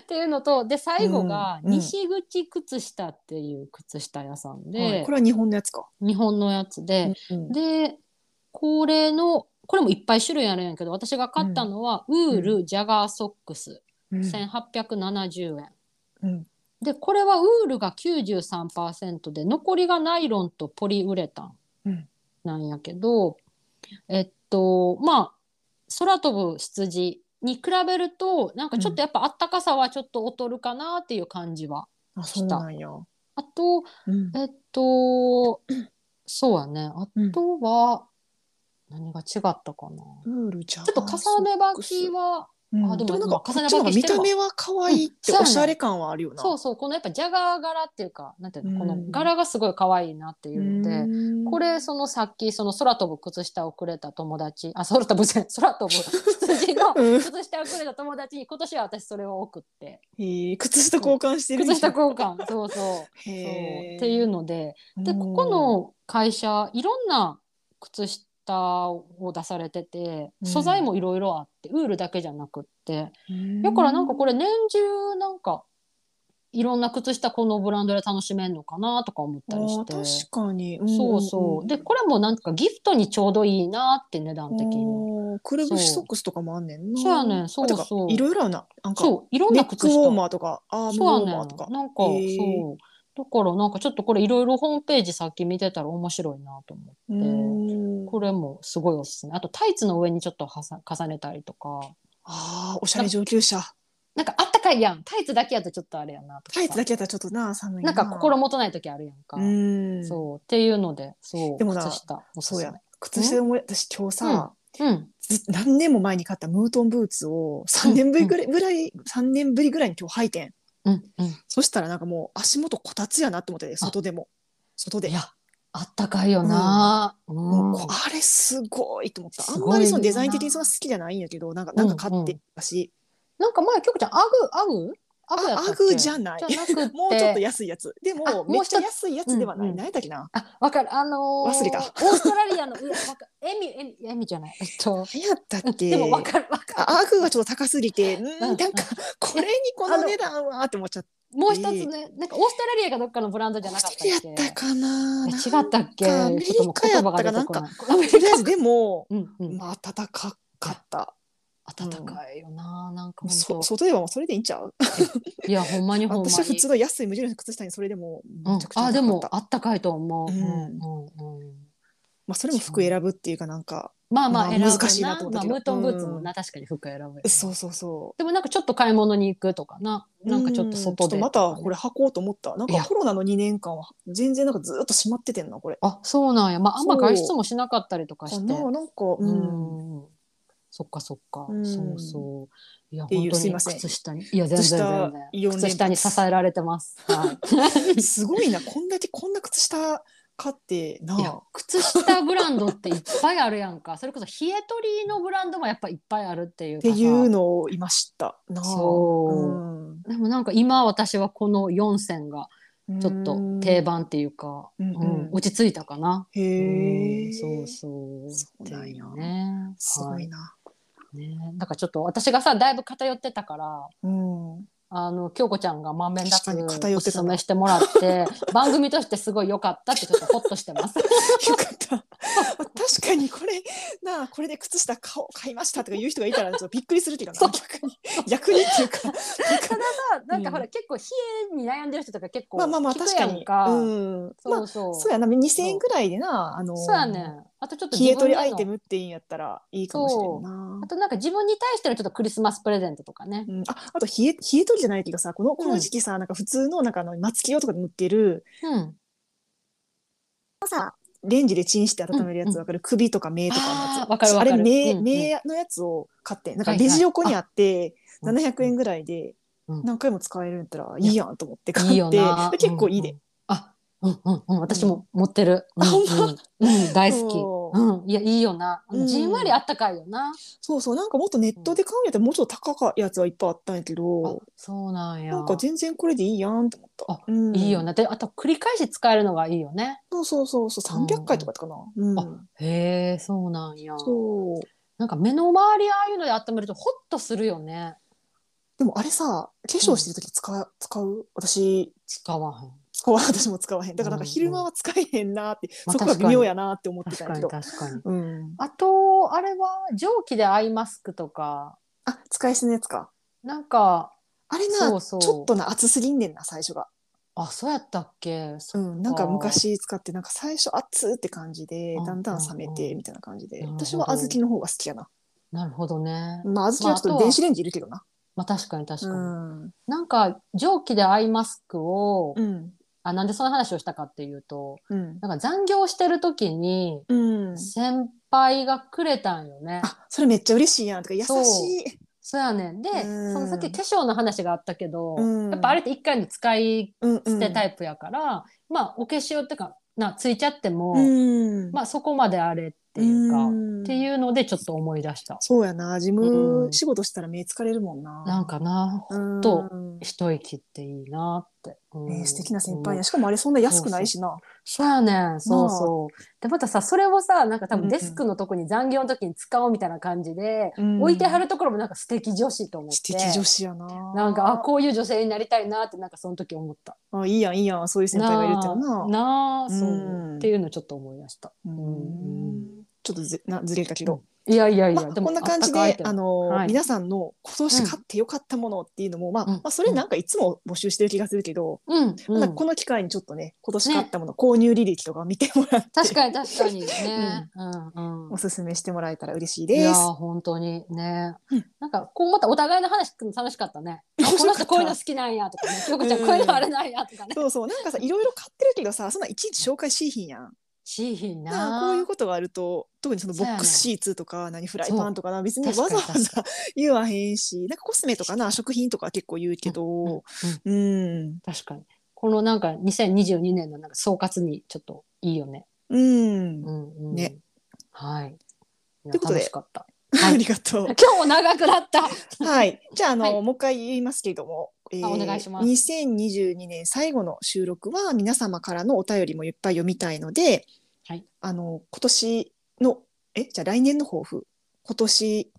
S1: っていうのとで最後が
S2: うんうん
S1: 西口靴下っていう靴下屋さん
S2: はい
S1: で
S2: こ、れは日本のやつか。
S1: 日本のやつで、
S2: うん
S1: でこれのこれもいっぱい種類あるんやけど私が買ったのは、ウールジャガーソックス、
S2: うん
S1: 1870円
S2: うん
S1: でこれはウールが93%で残りがナイロンとポリウレタン
S2: うん
S1: なんやけど、えっとまあ空飛ぶ羊に比べるとなんかちょっとやっぱあったかさはちょっと劣るかなっていう感じは。
S2: あそうなんや。
S1: あと
S2: うん
S1: えっと、そうやね。あ
S2: うん
S1: とは、何が違ったかな。
S2: ウールじゃん
S1: ちょっと重ね履きは、
S2: うん
S1: あでも
S2: なんかこ
S1: 重
S2: っ
S1: ね履き
S2: ちの方が
S1: し
S2: 見
S1: てる
S2: た
S1: わ
S2: 目は可愛いって
S1: うんそうやね
S2: おしゃれ感はあるよな。
S1: そうそう、このやっぱジャガー柄っていうか、なんていうの、こ
S2: う
S1: の
S2: ん
S1: 柄がすごい可愛いなっていうので、
S2: で
S1: これ、そのさっき、その空飛ぶ靴下をくれた友達、あ、空飛ぶじゃない、空飛ぶ羊の
S2: うん
S1: 靴下をくれた友達に、今年は私それを送って、
S2: へえ靴下交換してる。
S1: 靴下交 換、そうそう。そう
S2: へえ
S1: っていうので、で
S2: うん
S1: ここの会社いろんな靴下を出されてて
S2: うん
S1: 素材もいろいろあって、ウールだけじゃなくってだからなんかこれ年中なんかいろんな靴下このブランドで楽しめるのかなとか思ったりして
S2: あー確かに、
S1: そうそうでこれもなんかギフトにちょうどいいなって値段的に
S2: おーくるぶしソックスとかもあんねんな
S1: そうやねんそうそう
S2: あてかいろいろあるななんか
S1: そういろん
S2: ネ
S1: な
S2: ッ
S1: 靴
S2: ク
S1: 下
S2: ウォーマーとかアームウ
S1: そう
S2: ォ
S1: や
S2: ー
S1: ねん
S2: マ
S1: な
S2: ー
S1: ん
S2: と
S1: か
S2: かへー
S1: そうだからなんかちょっとこれいろいろホームページさっき見てたら面白いなと思って。
S2: うーん
S1: これもすごいおすすめ。あとタイツの上にちょっとはさ重ねたりとか。
S2: あーおしゃれ上級者
S1: なんかあったかいやん。タイツだけやとちょっとあれやなとかさ。
S2: タイツだけやったらちょっとな寒い
S1: なんか心もとない時あるやんか。
S2: うんそう
S1: そうっていうので、そう。
S2: でもな
S1: 靴下おす
S2: そう
S1: す
S2: や靴下で思い私今日さ、
S1: め。うん。
S2: ず何年も前に買ったムートンブーツを3年ぶりぐらい,、ぐらい三年ぶりぐらいに今日履いてん
S1: うんうん。
S2: そしたらなんかもう足元こたつやなって思ってて外でも外で
S1: いや、あったかいよな。うん。
S2: もう
S1: うん
S2: こあれすごいと思った。あ
S1: す
S2: ん
S1: ごいな
S2: まりそのデザイン的にそんな好きじゃないんやけど、なんか、なんか買ってたし、
S1: なんか前、きょこちゃん、アグ、アグアグやったっけ
S2: あアグじゃない
S1: じゃなくって。
S2: もうちょっと安いやつ。で
S1: あも
S2: も、め
S1: う
S2: っ
S1: 一つ
S2: ちゃ安いやつではな
S1: うんう
S2: い。
S1: ん
S2: 何やったっけな。
S1: あ、わかる。あのー、
S2: 忘れた
S1: オーストラリアの、いや、わかエミ、エミ、エミじゃない。えっと、
S2: 何やったっけ
S1: でもわかる、わか
S2: あアグがちょっと高すぎ て、うーん
S1: う
S2: なんんか、これにこの値段はって思っちゃった。
S1: る。もう一つね、なんかオーストラリアがどっかのブランドじゃなかったっけ
S2: やったかな。
S1: え
S2: なん
S1: 違ったっけ
S2: アメリカやったらなんか、とりあえずでも、
S1: うんうん、
S2: まあ、暖かかった。
S1: 暖かいよな、なんか本
S2: もうそ
S1: 当
S2: 外ではもうそれでいいんちゃう
S1: いやほんまにほんまに
S2: 私は普通の安い無印の靴下にそれでも
S1: う
S2: め
S1: ん
S2: ちゃくちゃ
S1: あで
S2: 暖かか
S1: も
S2: った。
S1: あったかいと思う、
S2: うん
S1: うんうんうん
S2: まあ、それも服選ぶっていうかなんか
S1: まあまあ
S2: まあ
S1: 選ぶよ
S2: 難しいなと思った
S1: まあ、
S2: けど
S1: ムートングッズもな、確かに服選ぶよね、
S2: そうそうそう
S1: でもなんかちょっと買い物に行くとかななんかちょっと外で
S2: うんちょっとまたこれ履こうと思ったなん
S1: い
S2: か
S1: や
S2: コロナの2年間は全然なんかずっと閉まっててんなこれ
S1: あそうなんやまああんま
S2: そう
S1: 外出もしなかったりとか
S2: か
S1: して
S2: ななんか
S1: う
S2: うん、
S1: んそっかそっか、
S2: うん
S1: そうそういや
S2: ってい
S1: 本
S2: う
S1: 当
S2: すい
S1: に
S2: ません
S1: 靴下にいや全然
S2: 靴
S1: 全
S2: 下
S1: 然
S2: 四連発
S1: 靴下に支えられてます、はい
S2: すごいなこんだけこんな靴下買ってない
S1: や靴下ブランドっていっぱいあるやんかそれこそ冷え取りのブランドもやっぱいっぱいあるっていう
S2: っ
S1: か
S2: て
S1: さ
S2: いうのを今知ったな
S1: そうでもなんか今私はこの4選がちょっと定、番っていうか、
S2: うんうん
S1: うん落ち着いたかな。
S2: うんへ
S1: う
S2: え
S1: んそうそう。
S2: そうなんや
S1: っていうね。
S2: すごい
S1: は
S2: な、
S1: いね。だからちょっと私がさだいぶ偏ってたから。
S2: うん
S1: あの京子ちゃんがまんべんなく
S2: 確かに偏
S1: お
S2: って
S1: す
S2: た
S1: す
S2: な
S1: めしてもらって 番組としてすごい良かったってちょっとホッとしてます。
S2: よかった。確かにこれなあこれで靴下買おう買いましたとか言う人がいたらちょっとびっくりするけどな
S1: そう
S2: 逆に逆にっていうか
S1: たださなんかほら、
S2: う
S1: 結構冷えに悩んでる人とか結構
S2: まあまあまあ
S1: 聞く
S2: 確
S1: や
S2: か
S1: ん
S2: に
S1: か
S2: うんま
S1: そ
S2: あ
S1: うそう。
S2: そうやな2000円ぐらいでなあの
S1: そうやねん。あとちょっと
S2: 冷え
S1: 自分で
S2: 取り
S1: の
S2: アイテムっていうんやったらいいかもしれんな
S1: あ。となんか自分に対してのちょっとクリスマスプレゼントとかね。
S2: うん、ああと冷え冷え取りじゃないけどさこのこの時期さ、なんか普通のなんかあの松木用とかで塗ってる
S1: うん。
S2: レンジでチンして温めるやつわかる、首とか目とかのや
S1: あ
S2: つ
S1: ーわかるわかる
S2: あれ目,、
S1: うんうん
S2: 目のやつを買ってなんか
S1: はいはい
S2: レジ横にあって、
S1: うん
S2: 700円ぐらいで
S1: うん
S2: 何回も使えるんやったらいいやんと思って買
S1: いい
S2: っ
S1: よ
S2: て、
S1: な。
S2: で結構いいで、
S1: うんうん。あ、うんうんうん。私も持ってる。
S2: あほんま
S1: うんうんうん大好
S2: そ
S1: き。うん。いやいいよな。
S2: うん
S1: じんわりあったかいよな。
S2: そうそうなんかもっとネットで買うんやったらもうちょっと高かやつはいっぱいあったんやけ
S1: あ
S2: ど、
S1: そうなんや。
S2: なんか全然これでいいやんと思った
S1: あ
S2: うん
S1: いいよな。で、あと繰り返し使えるのがいいよね。
S2: そうそうそうそう300回とかかな、うん
S1: あへえ、そうなんや。
S2: そう
S1: なんか目の周りああいうので温めるとホッとするよね。
S2: でもあれさ化粧してる時使,、う使う私
S1: 使わへん。
S2: 使わ私も使わへんだ からなんか昼間は使えへんなって、そこが微妙やなって思って
S1: 確
S2: たんや
S1: か
S2: け
S1: に確
S2: ど、
S1: かに。
S2: うん、
S1: あと、あれは蒸気でアイマスクとか、
S2: あ使い捨てのやつか
S1: なんか、
S2: あれな
S1: そうそう
S2: ちょっとな熱すぎんねんな最初が
S1: あ、そうやったっけ。そ
S2: うん、なん
S1: あ
S2: か
S1: ー
S2: 昔使ってなんか最初熱って感じで
S1: うん
S2: だんだん冷め
S1: うんう
S2: て
S1: ん
S2: みたいな感じで
S1: なるほど
S2: 私は小豆の方が好きやな
S1: なるほどね。
S2: まあ小豆はちょ
S1: まああ
S2: っ
S1: と
S2: と
S1: は
S2: 電子レンジいるけどな、
S1: まあ、確かに確かに。
S2: うん
S1: なんか蒸気でアイマスクを、
S2: うん
S1: あ、なんでその話をしたかっていうと、
S2: うん
S1: なんか残業してる時に
S2: うん
S1: 先輩がくれたんよね。
S2: あそれめっちゃ嬉しいやんとか優し
S1: そう
S2: い
S1: そうやねん。で、
S2: うん
S1: そのさっき化粧の話があったけど、
S2: うん
S1: やっぱあれって一回の使い
S2: うん
S1: 捨てタ
S2: イ
S1: イプやから、まあお化粧ってか、な、ついちゃっても、
S2: うん
S1: まあそこまであれっていうか、
S2: ん
S1: っていうのでちょっと思い出した。
S2: そうやな事
S1: うん
S2: 務仕事したら目疲れるもんな
S1: なんかな、
S2: うん
S1: と一息っていいなって。うん
S2: ね素敵な先
S1: う
S2: 輩
S1: ん
S2: やしかもあれそんな安くないしな
S1: そうやねん、そうそう。で、またさ、それをさ、なんか多
S2: うんう
S1: 分
S2: ん
S1: デスクのとこに残業の時に使おうみたいな感じで、
S2: うん
S1: 置いてはるところもなんか素敵女子と思って。
S2: 素敵女子やな
S1: なんか、あ、こういう女性になりたいなって、なんかその時思った。
S2: あいいやんいいやんそういう先輩がいるっての
S1: な
S2: は
S1: あ
S2: な
S1: なあ、そう
S2: うん
S1: っていうのちょっと思い出した。
S2: う
S1: うん
S2: んちょっとずなずれたけど
S1: いやいやい
S2: ま
S1: や、
S2: あ、こんな感じ
S1: あっ
S2: で
S1: た、かい
S2: あ
S1: って
S2: の、
S1: はい
S2: 皆さんの今年買ってよかったものっていうのも、まあ、
S1: うん
S2: まあ、それなんかいつも募集してる気がするけど、
S1: うん、うん
S2: まあこの機会にちょっとね、今年買ったもの、購入履歴とかを見てもらって、
S1: 確かに確かにね。うん、うん
S2: お。すすめしてもらえたら嬉しい
S1: い
S2: で
S1: やー
S2: す。
S1: 本当にね、
S2: うん
S1: なんかこうまたお互いの話聞くの楽しかったねあこの人こういうの好きなんやとかね京子ちゃん
S2: うん
S1: こういうのあれなんやとかね
S2: そうそう、なんかさ、いろいろ買ってるけどさ、そんないちいち紹介しいひんやん。
S1: しーひん
S2: な
S1: な
S2: あこういうことがあると、特にそのボックス
S1: そ
S2: シーツとか、何フライパンとかな、別にわ
S1: 確
S2: ざ
S1: かに
S2: わざ言わへんし、なんかコスメとかな、食品とかは結構言うけど、うん、
S1: 確かにこのなんか2022年のなんか総括にちょっといいよね
S2: うん、
S1: うんうん
S2: ね
S1: はいいや
S2: ということで
S1: 楽しかった
S2: ありがとう
S1: 今。日も長くなった
S2: はい。じゃあ、あの、
S1: はい
S2: もう一回言いますけれども、え
S1: お願いします
S2: 2022年最後の収録は、皆様からのお便りもいっぱい読みたいので、
S1: はい
S2: あの、今年の、え、じゃあ来年の抱負、今年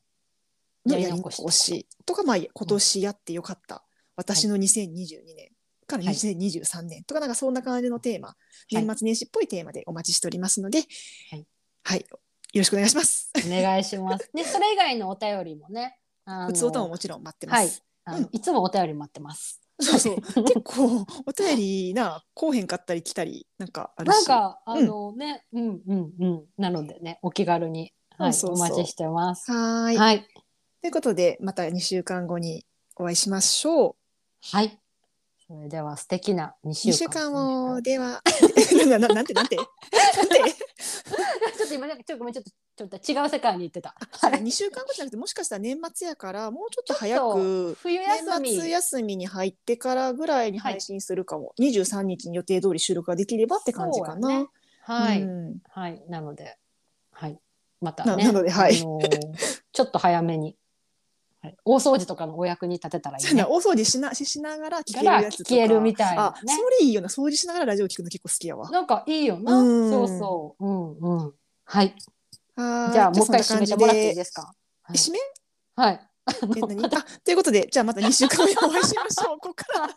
S2: のやり残しとか、まあ、今年やってよかった、私の2022年から
S1: はい
S2: 2023年とか、なんかそんな感じのテーマ、
S1: い
S2: 年末年始っぽいテーマでお待ちしておりますので、
S1: はい
S2: はい。よろしくお願いします。
S1: お願いしますでそれ以外のお便りもねあの
S2: 普通音ももちろん待ってま
S1: はい
S2: す。
S1: あの
S2: うん
S1: いつもお便り待ってます
S2: そうそう。結構お便りなこうへんかったり来たりなんかある
S1: なん
S2: し。
S1: か、あのね、うんうんうん。なのでね、お気軽に、はい、
S2: そうそうそう
S1: お待ちしてます。
S2: はーい。
S1: はい。
S2: ということでまた2週間後にお会いしましょう。
S1: はい。それでは素敵な2週
S2: 二
S1: 間。
S2: 週間後 ではなななんてなんてなんて
S1: ちょっと今なんかちょっとごめんちょっとちょっと違う世界に行ってた。
S2: そう二週間後じゃなくてもしかしたら年末やからもうちょっと早く
S1: 冬休み
S2: 年末休みに入ってからぐらいに配信するかも、23日に予定通り収録ができればって感じか
S1: そう
S2: な。
S1: やねはい、
S2: うん
S1: はいなのではいまた
S2: な
S1: ね
S2: なのではい
S1: あのーちょっと早めに、はい、大掃除とかのお役に立てたらい
S2: そう
S1: い
S2: や
S1: ね
S2: な。大掃除しなししながら聞ける
S1: から
S2: やつと
S1: 聞
S2: か
S1: けるみたいな
S2: あ、
S1: ね
S2: それいいよな掃除しながらラジオ聞くの結構好きやわ。
S1: なんかいいよな
S2: うん
S1: そうそううんうんはい
S2: はーい
S1: じゃあもう一回
S2: そ
S1: 締
S2: ん
S1: めて
S2: な感
S1: もらっ
S2: じ
S1: ていいですかはい
S2: 締め
S1: はい
S2: え何あということでじゃあまた2週間後にお会いしましょう。ここから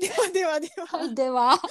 S2: ではではではでは
S1: では